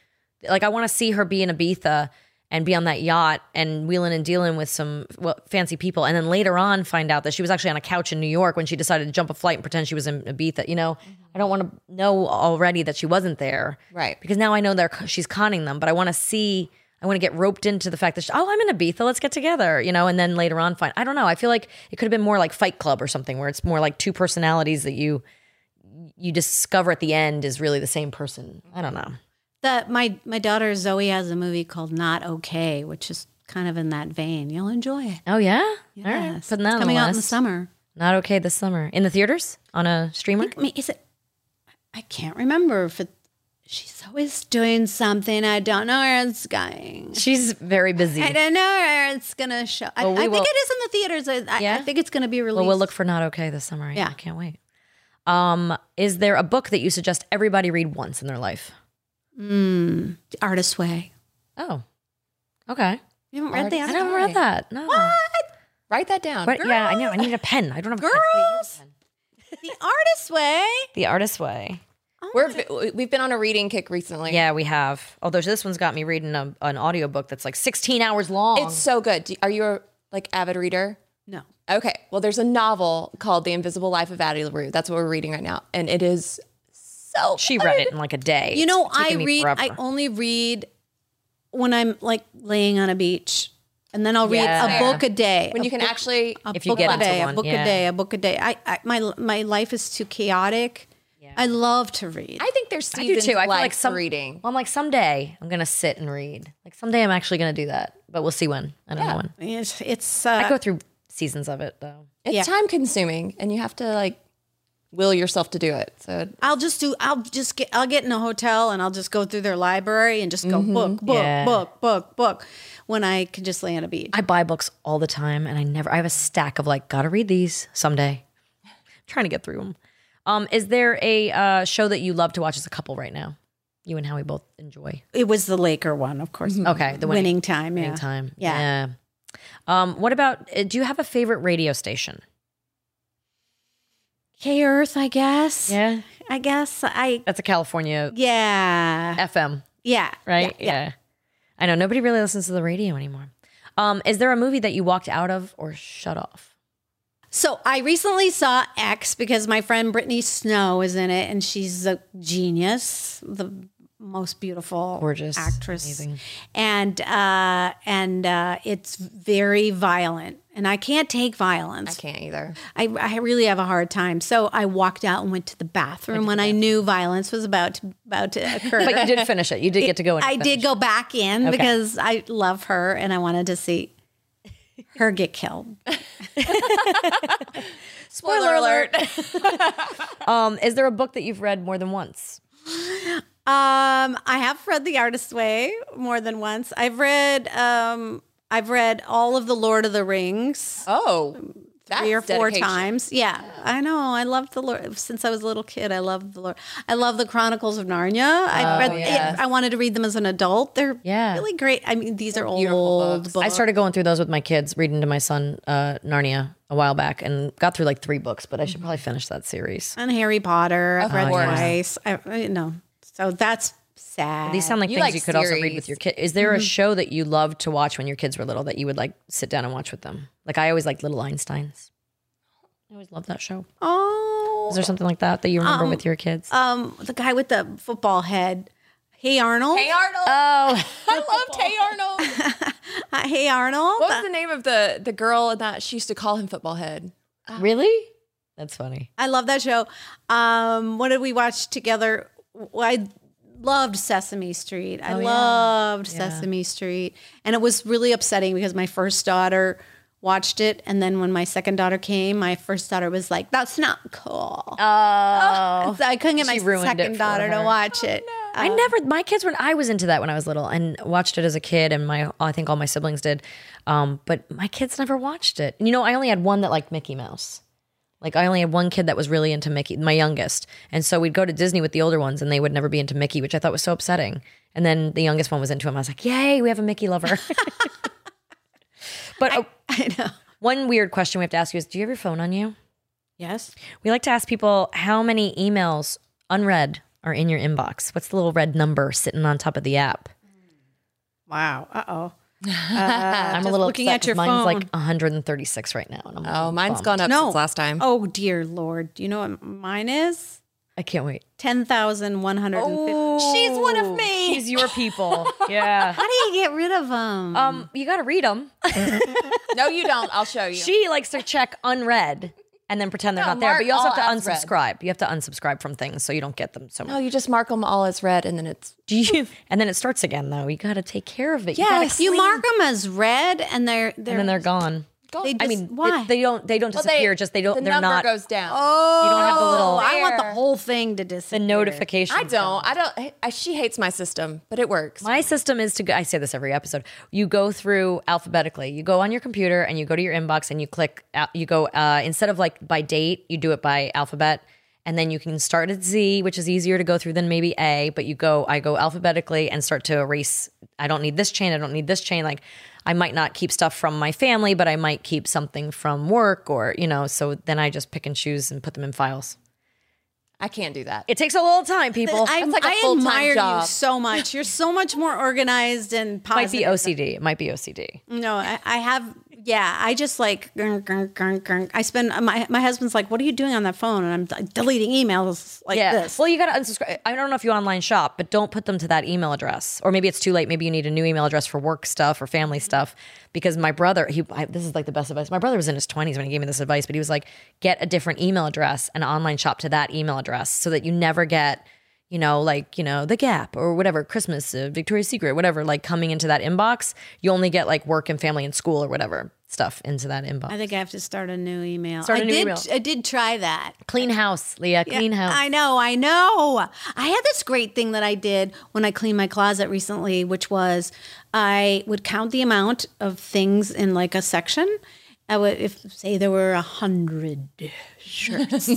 Speaker 1: like I want to see her be in Ibiza and be on that yacht and wheeling and dealing with some well, fancy people, and then later on find out that she was actually on a couch in New York when she decided to jump a flight and pretend she was in Ibiza. You know, I don't want to know already that she wasn't there,
Speaker 2: Right.
Speaker 1: because now I know they're she's conning them, but I want to see. I want to get roped into the fact that she, oh, I'm in Ibiza, let's get together, you know. And then later on, fine. I don't know. I feel like it could have been more like Fight Club or something, where it's more like two personalities that you you discover at the end is really the same person. I don't know.
Speaker 3: The, my my daughter Zoe has a movie called Not Okay, which is kind of in that vein. You'll enjoy it.
Speaker 1: Oh yeah, all
Speaker 3: Yes.
Speaker 1: right.
Speaker 3: It's
Speaker 1: Putting that on
Speaker 3: coming
Speaker 1: the
Speaker 3: out in the
Speaker 1: list.
Speaker 3: summer.
Speaker 1: Not okay this summer in the theaters on a streamer.
Speaker 3: I mean, is it? I can't remember if it. She's always doing something. I don't know where it's going.
Speaker 1: She's very busy.
Speaker 3: I don't know where it's gonna show. I,
Speaker 1: Well, we
Speaker 3: I
Speaker 1: will-
Speaker 3: think it is in the theaters. I, I,
Speaker 1: Yeah?
Speaker 3: I think it's gonna be released.
Speaker 1: Well, we'll look for not okay this summer. Yeah,
Speaker 3: Yeah.
Speaker 1: I can't wait. Um, is there a book that you suggest everybody read once in their life?
Speaker 3: Mm, The Artist's Way.
Speaker 1: Oh, okay.
Speaker 3: You haven't read the
Speaker 1: I
Speaker 3: Artist's
Speaker 1: never
Speaker 3: Way?
Speaker 1: read that. No.
Speaker 2: Write that down.
Speaker 1: What? Yeah, I know. I need a pen. I don't have a pen.
Speaker 3: Girls, the Artist's Way.
Speaker 1: The Artist's Way.
Speaker 2: Oh We're we've been on a reading kick recently.
Speaker 1: Yeah, we have. Although this one's got me reading a, an audiobook that's like 16 hours long.
Speaker 2: It's so good. Do- Are you a like avid reader?
Speaker 3: No.
Speaker 2: Okay. Well, there's a novel called The Invisible Life of Addie LaRue. That's what we're reading right now. And it is so
Speaker 1: she read it in like a day.
Speaker 3: You know,
Speaker 1: It's
Speaker 3: I
Speaker 1: taken me
Speaker 3: read. I
Speaker 1: forever.
Speaker 3: only read when I'm like laying on a beach, and then I'll read
Speaker 1: Yeah.
Speaker 3: a book a day.
Speaker 2: when
Speaker 3: a
Speaker 2: you can
Speaker 3: book,
Speaker 2: actually
Speaker 3: a
Speaker 1: If you
Speaker 3: book
Speaker 1: get
Speaker 3: a
Speaker 1: into
Speaker 3: day,
Speaker 1: one,
Speaker 3: a book
Speaker 1: yeah.
Speaker 3: a day, a book a day. I, I my my life is too chaotic. I love to read.
Speaker 2: I think there's
Speaker 1: I
Speaker 2: seasons
Speaker 1: do too. I feel
Speaker 2: like,
Speaker 1: like some
Speaker 2: reading.
Speaker 1: Well, I'm like someday I'm gonna sit and read. Like someday I'm actually gonna do that, but we'll see when. I don't know when.
Speaker 3: It's, it's uh,
Speaker 1: I go through seasons of it though.
Speaker 2: It's
Speaker 3: Yeah.
Speaker 2: time consuming and you have to like will yourself to do it. So
Speaker 3: I'll just do. I'll just get. I'll get in a hotel and I'll just go through their library and just go book, book,
Speaker 1: Mm-hmm. Yeah.
Speaker 3: book, book, book. When I can just lay on a beach.
Speaker 1: I buy books all the time and I never I have a stack of like gotta read these someday. trying to get through them. Um is there a uh show that you love to watch as a couple right now? You and Howie both enjoy.
Speaker 3: It was the Laker one, of course.
Speaker 1: Okay, Mm-hmm. Oh, the
Speaker 3: winning,
Speaker 1: winning,
Speaker 3: time. Yeah.
Speaker 1: winning time.
Speaker 3: Yeah.
Speaker 1: Yeah. Um what about uh, do you have a favorite radio station?
Speaker 3: K Earth, I guess.
Speaker 1: Yeah.
Speaker 3: I guess I.
Speaker 1: That's a California
Speaker 3: Yeah.
Speaker 1: FM,
Speaker 3: Yeah.
Speaker 1: right? Yeah, I know nobody really listens to the radio anymore. Um is there a movie that you walked out of or shut off?
Speaker 3: So I recently saw X because my friend Brittany Snow is in it, and she's a genius, the most beautiful,
Speaker 1: Gorgeous.
Speaker 3: actress,
Speaker 1: Amazing.
Speaker 3: and uh, and uh, it's very violent, and I can't take violence.
Speaker 2: I can't either.
Speaker 3: I, I really have a hard time. So I walked out and went to the bathroom when I knew violence was about to, about to occur.
Speaker 1: But you did finish it. You did get to go and
Speaker 3: I
Speaker 1: finish.
Speaker 3: did go back in because I love her and I wanted to see her get killed.
Speaker 1: Spoiler alert. um, is there a book that you've read more than once?
Speaker 3: Um, I have read The Artist's Way more than once. I've read um, I've read all of the Lord of the Rings
Speaker 2: Oh, that's
Speaker 3: three or four
Speaker 2: dedication.
Speaker 3: times. Yeah, I know. I love the Lord since I was a little kid. I love the Lord. I love the Chronicles of Narnia. I read.
Speaker 2: yes.
Speaker 3: I wanted to read them as an adult. They're
Speaker 1: Yeah.
Speaker 3: really great. I mean, these are
Speaker 2: beautiful
Speaker 3: old books.
Speaker 1: I started going through those with my kids, reading to my son uh, Narnia a while back, and got through like three books. But I should probably finish that series.
Speaker 3: and Harry Potter. I've read
Speaker 2: course.
Speaker 3: twice. I, I you know. So that's sad.
Speaker 1: These sound like
Speaker 2: You
Speaker 1: things
Speaker 2: like
Speaker 1: you could also read
Speaker 2: series. Mm-hmm.
Speaker 1: with your kid. Is there a show that you loved to watch when your kids were little that you would like sit down and watch with them? Like I always liked Little Einsteins. I always loved that show.
Speaker 3: oh,
Speaker 1: Is there something like that that you remember with your kids?
Speaker 3: um, the guy with the football head. Hey Arnold.
Speaker 2: Hey Arnold.
Speaker 1: oh,
Speaker 2: I loved Hey Arnold.
Speaker 3: Uh, hey Arnold.
Speaker 2: What was the name of the the girl in that? She used to call him Football Head.
Speaker 1: really? That's funny.
Speaker 3: I love that show. Um, what did we watch together? Well, I loved Sesame Street.
Speaker 2: Oh,
Speaker 3: I loved Sesame Street. And it was really upsetting because my first daughter watched it. And then when my second daughter came, my first daughter was like, that's not cool.
Speaker 1: Oh,
Speaker 3: so I couldn't get my
Speaker 1: she ruined it
Speaker 3: second
Speaker 1: for
Speaker 3: daughter to
Speaker 1: her.
Speaker 3: watch it.
Speaker 2: Oh,
Speaker 1: I never. My kids were. I was into that when I was little and watched it as a kid, and my I think all my siblings did. Um, but my kids never watched it. You know, I only had one that liked Mickey Mouse. Like I only had one kid that was really into Mickey, my youngest, and so we'd go to Disney with the older ones, and they would never be into Mickey, which I thought was so upsetting. And then the youngest one was into him. I was like, "Yay, we have a Mickey lover!" but uh,
Speaker 3: I know.
Speaker 1: one weird question we have to ask you is: Do you have your phone on you?
Speaker 3: Yes.
Speaker 1: We like to ask people how many emails unread are in your inbox. What's the little red number sitting on top of the app?
Speaker 3: Wow. Uh-oh.
Speaker 1: I'm a little
Speaker 3: looking
Speaker 1: upset
Speaker 3: at your
Speaker 1: 'cause mine's
Speaker 3: phone.
Speaker 1: like 136 right now, and I'm
Speaker 2: Oh, mine's gone up
Speaker 3: No.
Speaker 2: since last time.
Speaker 3: Oh, dear Lord. Do you know what mine is?
Speaker 1: I can't wait.
Speaker 3: 10,150.
Speaker 1: Oh.
Speaker 2: She's one of me.
Speaker 1: These your people, yeah.
Speaker 3: How do you get rid of them?
Speaker 1: Um, you got to read them.
Speaker 2: No, you don't. I'll show you.
Speaker 1: She likes to check unread and then pretend they're
Speaker 2: No,
Speaker 1: not there. But you also
Speaker 2: mark
Speaker 1: have to
Speaker 2: all as read.
Speaker 1: unsubscribe. You have to unsubscribe from things so you don't get them so much.
Speaker 2: no, Oh, you just mark them all as red, and then it's
Speaker 1: And then it starts again though. You got to take care of it.
Speaker 2: Yes.
Speaker 1: you
Speaker 3: You
Speaker 1: gotta clean-
Speaker 3: mark them as red, and they're they're.
Speaker 1: and then they're gone.
Speaker 3: they just,
Speaker 1: I mean,
Speaker 3: why?
Speaker 1: it- they don't they don't disappear. just they don't.
Speaker 2: The
Speaker 1: they're
Speaker 2: number
Speaker 1: not.
Speaker 2: goes down.
Speaker 3: oh,
Speaker 1: you don't have the little.
Speaker 3: I want the
Speaker 2: There.
Speaker 3: whole thing to disappear.
Speaker 1: the notification.
Speaker 2: I don't. I don't. I, she hates my system, but it works.
Speaker 1: My system is to go, I say this every episode. You go through alphabetically. You go on your computer and you go to your inbox and you click out, you go uh, instead of like by date, you do it by alphabet. And then you can start at Z, which is easier to go through than maybe A, but you go I go alphabetically and start to erase I don't need this chain, I don't need this chain like I might not keep stuff from my family, but I might keep something from work or, you know, so then I just pick and choose and put them in files.
Speaker 2: I can't do that.
Speaker 1: It takes a little time, people.
Speaker 3: I,
Speaker 2: like a
Speaker 3: I
Speaker 2: full-time
Speaker 3: admire you
Speaker 2: job.
Speaker 3: so much. You're so much more organized and
Speaker 1: might be
Speaker 3: positive.
Speaker 1: OCD. It might be OCD.
Speaker 3: no, I, I have. Yeah, I just like. grr, grr, grr, grr. I spend my my husband's like, "What are you doing on that phone?" And I'm like, deleting emails like this.
Speaker 1: Well, you got to unsubscribe. I don't know if you online shop, but don't put them to that email address. Or maybe it's too late. Maybe you need a new email address for work stuff or family stuff. Because my brother, he I, this is like the best advice. My brother was in his twenties when he gave me this advice, but he was like, get a different email address and online shop to that email address so that you never get. You know, like, you know, The Gap or whatever, Christmas, uh, Victoria's Secret, whatever, like coming into that inbox, you only get like work and family and school or whatever. stuff into that inbox.
Speaker 3: I think I have to start a new email.
Speaker 4: Start
Speaker 3: I
Speaker 4: a new
Speaker 3: did.
Speaker 4: email.
Speaker 3: I did try that.
Speaker 1: clean house, Leah. Clean house.
Speaker 3: I know, I know. I had this great thing that I did when I cleaned my closet recently, which was I would count the amount of things in like a section. I would, if say there were a hundred shirts,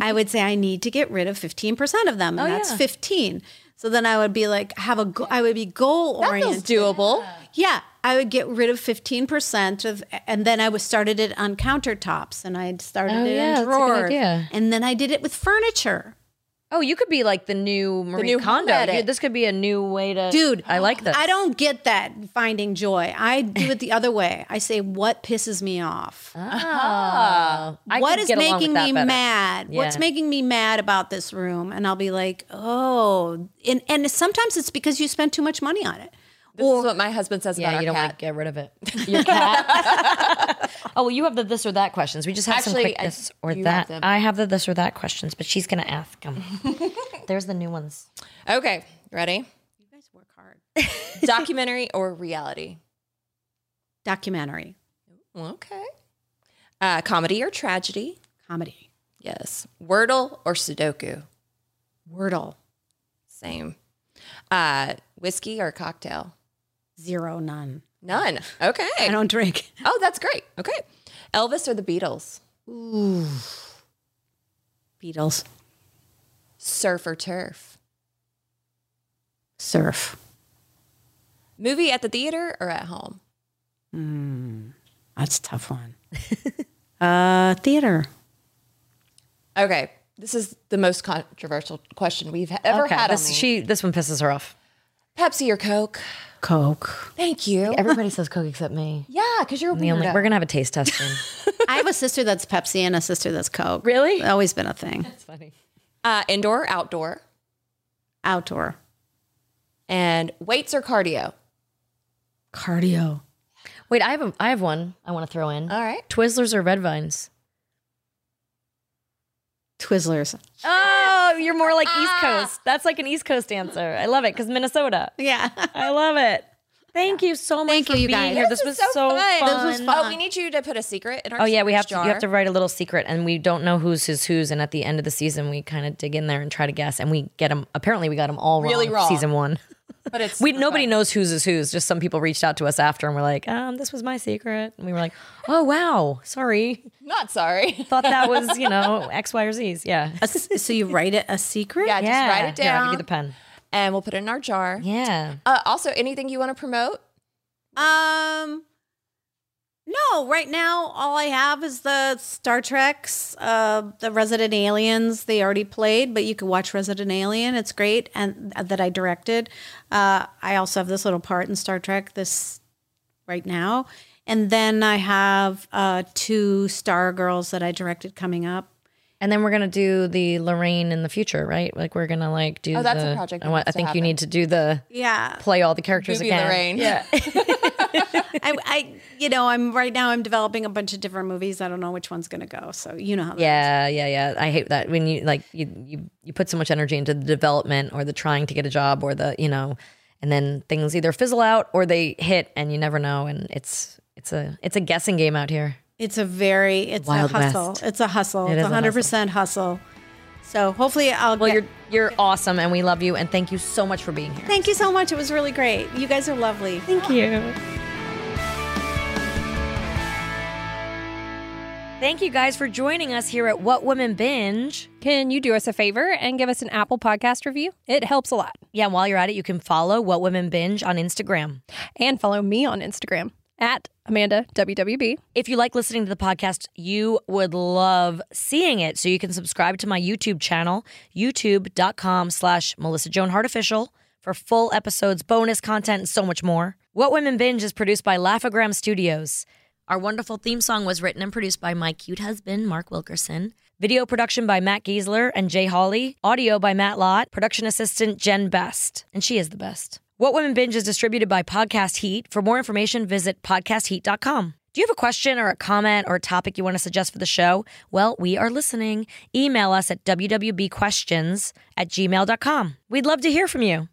Speaker 3: I would say I need to get rid of fifteen percent of them, and that's
Speaker 1: Oh, yeah.
Speaker 3: fifteen. So then I would be like, have a, go- I would be goal oriented.
Speaker 2: doable.
Speaker 3: Yeah, I would get rid of 15% of, and then I was started it on countertops and I'd started
Speaker 1: Oh,
Speaker 3: it
Speaker 1: yeah, that's a
Speaker 3: in
Speaker 1: good
Speaker 3: drawers.
Speaker 1: idea.
Speaker 3: And then I did it with furniture.
Speaker 1: oh, you could be like the new Marie
Speaker 2: new
Speaker 1: Kondo.
Speaker 2: Reddit.
Speaker 1: You- this could be a new way to.
Speaker 3: Dude,
Speaker 1: I like this.
Speaker 3: I don't get that finding joy. I do it the other way. I say, what pisses me off?
Speaker 1: Oh, I
Speaker 3: what
Speaker 1: could
Speaker 3: is
Speaker 1: get along with
Speaker 3: making
Speaker 1: that
Speaker 3: me
Speaker 1: better.
Speaker 3: mad? What's
Speaker 1: Yeah.
Speaker 3: making me mad about this room? And I'll be like, oh, and, and sometimes it's because you spent too much money on it.
Speaker 2: This is what my husband says
Speaker 1: Yeah,
Speaker 2: about
Speaker 1: you don't
Speaker 2: our cat.
Speaker 1: want to get rid of it. Your cat. oh, well, you have the this or that questions. We just have some
Speaker 2: Actually,
Speaker 1: quick
Speaker 2: I-
Speaker 1: this or
Speaker 2: you
Speaker 1: that.
Speaker 2: have them.
Speaker 1: I have the this or that questions, but she's going to ask them. There's the new ones.
Speaker 2: Okay, ready?
Speaker 3: You guys work hard.
Speaker 2: Documentary or reality?
Speaker 3: Documentary,
Speaker 2: Okay. Uh, comedy or tragedy?
Speaker 3: comedy,
Speaker 2: Yes. Wordle or Sudoku?
Speaker 3: Wordle,
Speaker 2: Same. Uh, whiskey or cocktail?
Speaker 3: zero, none.
Speaker 2: None. Okay.
Speaker 3: I don't drink.
Speaker 2: Oh, that's great. Okay. Elvis or the Beatles?
Speaker 3: Beatles.
Speaker 2: Surf or turf?
Speaker 3: Surf.
Speaker 2: Movie at the theater or at home?
Speaker 3: Hmm, That's a tough one. uh, theater.
Speaker 2: Okay. This is the most controversial question we've ever had. On
Speaker 1: this,
Speaker 2: these.
Speaker 1: she, this one pisses her off.
Speaker 2: Pepsi or Coke?
Speaker 3: Coke.
Speaker 2: Thank you.
Speaker 1: Everybody says Coke except me.
Speaker 2: Yeah, because you're a
Speaker 1: I'm the only,
Speaker 2: weirdo.
Speaker 1: we're going to have a taste test soon.
Speaker 3: I have a sister that's Pepsi and a sister that's Coke.
Speaker 1: Really?
Speaker 3: Always been a thing.
Speaker 1: That's funny.
Speaker 2: uh, indoor, or outdoor,
Speaker 3: Outdoor.
Speaker 2: and weights or cardio.
Speaker 3: Cardio.
Speaker 1: Wait, I have, a, I have one I want to throw in.
Speaker 2: All right.
Speaker 1: Twizzlers or Red Vines?
Speaker 3: Twizzlers.
Speaker 1: Oh, you're more like East Coast. That's like an East Coast answer. I love it because Minnesota.
Speaker 3: Yeah.
Speaker 1: I love it. Thank you so much
Speaker 3: Thank
Speaker 1: for
Speaker 3: you, you
Speaker 1: being
Speaker 3: guys.
Speaker 1: here. This, was so, fun.
Speaker 3: This was fun.
Speaker 2: Oh, we need you to put a secret in our.
Speaker 1: Oh yeah, we have
Speaker 2: secrets
Speaker 1: to. You have to
Speaker 2: jar.
Speaker 1: write a little secret, and we don't know who's who's who's. And at the end of the season, we kind of dig in there and try to guess, and we get them. Apparently, we got them all
Speaker 2: Really
Speaker 1: wrong.
Speaker 2: wrong.
Speaker 1: Season one.
Speaker 2: But it's
Speaker 1: We nobody knows whose is whose. Just some people reached out to us after, and we're like, um, "This was my secret," and we were like, "Oh wow, sorry,
Speaker 2: Not sorry.
Speaker 1: thought that was you know X, Y, or Z's." Yeah,
Speaker 3: A s- so you write it a secret?
Speaker 2: Yeah,
Speaker 1: yeah.
Speaker 2: just write it
Speaker 1: Here, I'll
Speaker 2: down.
Speaker 1: give you the pen.
Speaker 2: and we'll put it in our jar.
Speaker 1: Yeah.
Speaker 2: Uh, also, anything you want to promote?
Speaker 3: Um. No, right now all I have is the Star Treks, uh, the Resident Aliens. They already played, but you can watch Resident Alien. It's great, and that I directed. Uh, I also have this little part in Star Trek this right now, and then I have uh, two Star Girls that I directed coming up.
Speaker 1: And then we're gonna do the Lorraine in the future, right? Like we're gonna like do.
Speaker 2: Oh, that's a
Speaker 1: the-
Speaker 2: project that
Speaker 1: I, want, I
Speaker 2: needs to
Speaker 1: think you
Speaker 2: happen.
Speaker 1: need to do the
Speaker 3: Yeah,
Speaker 1: play all the characters
Speaker 2: Ruby
Speaker 1: again.
Speaker 2: Lorraine.
Speaker 1: Yeah.
Speaker 3: I, I, you know, I'm right now. I'm developing a bunch of different movies. I don't know which one's gonna go. So you know how. That
Speaker 1: Yeah, yeah, yeah. I hate that when you like you, you you put so much energy into the development or the trying to get a job or the you know, and then things either fizzle out or they hit and you never know and it's it's a it's a guessing game out here.
Speaker 3: It's a very it's
Speaker 1: Wild
Speaker 3: a hustle.
Speaker 1: West.
Speaker 3: It's a hustle.
Speaker 1: It
Speaker 3: it's
Speaker 1: is a
Speaker 3: a hundred percent hustle. So hopefully I'll
Speaker 1: Well,
Speaker 3: get-
Speaker 1: you're you're awesome and we love you and thank you so much for being here.
Speaker 3: Thank you so much. It was really great. You guys are lovely.
Speaker 1: Thank you. Thank you guys for joining us here at What Women Binge.
Speaker 4: Can you do us a favor and give us an Apple Podcast review? It helps a lot.
Speaker 1: Yeah, and while you're at it, you can follow What Women Binge on Instagram.
Speaker 4: And follow me on Instagram at Amanda WWB.
Speaker 1: If you like listening to the podcast, you would love seeing it. So you can subscribe to my YouTube channel, youtube.com slash Melissa Joan Hart Official for full episodes, bonus content, and so much more. What Women Binge is produced by Laughagram Studios. Our wonderful theme song was written and produced by my cute husband, Mark Wilkerson. Video production by Matt Giesler and Jay Hawley. Audio by Matt Lott. Production assistant Jen Best. And she is the best. What Women Binge is distributed by Podcast Heat. For more information, visit podcastheat.com. Do you have a question or a comment or a topic you want to suggest for the show? Well, we are listening. Email us at wwbquestions at gmail.com. We'd love to hear from you.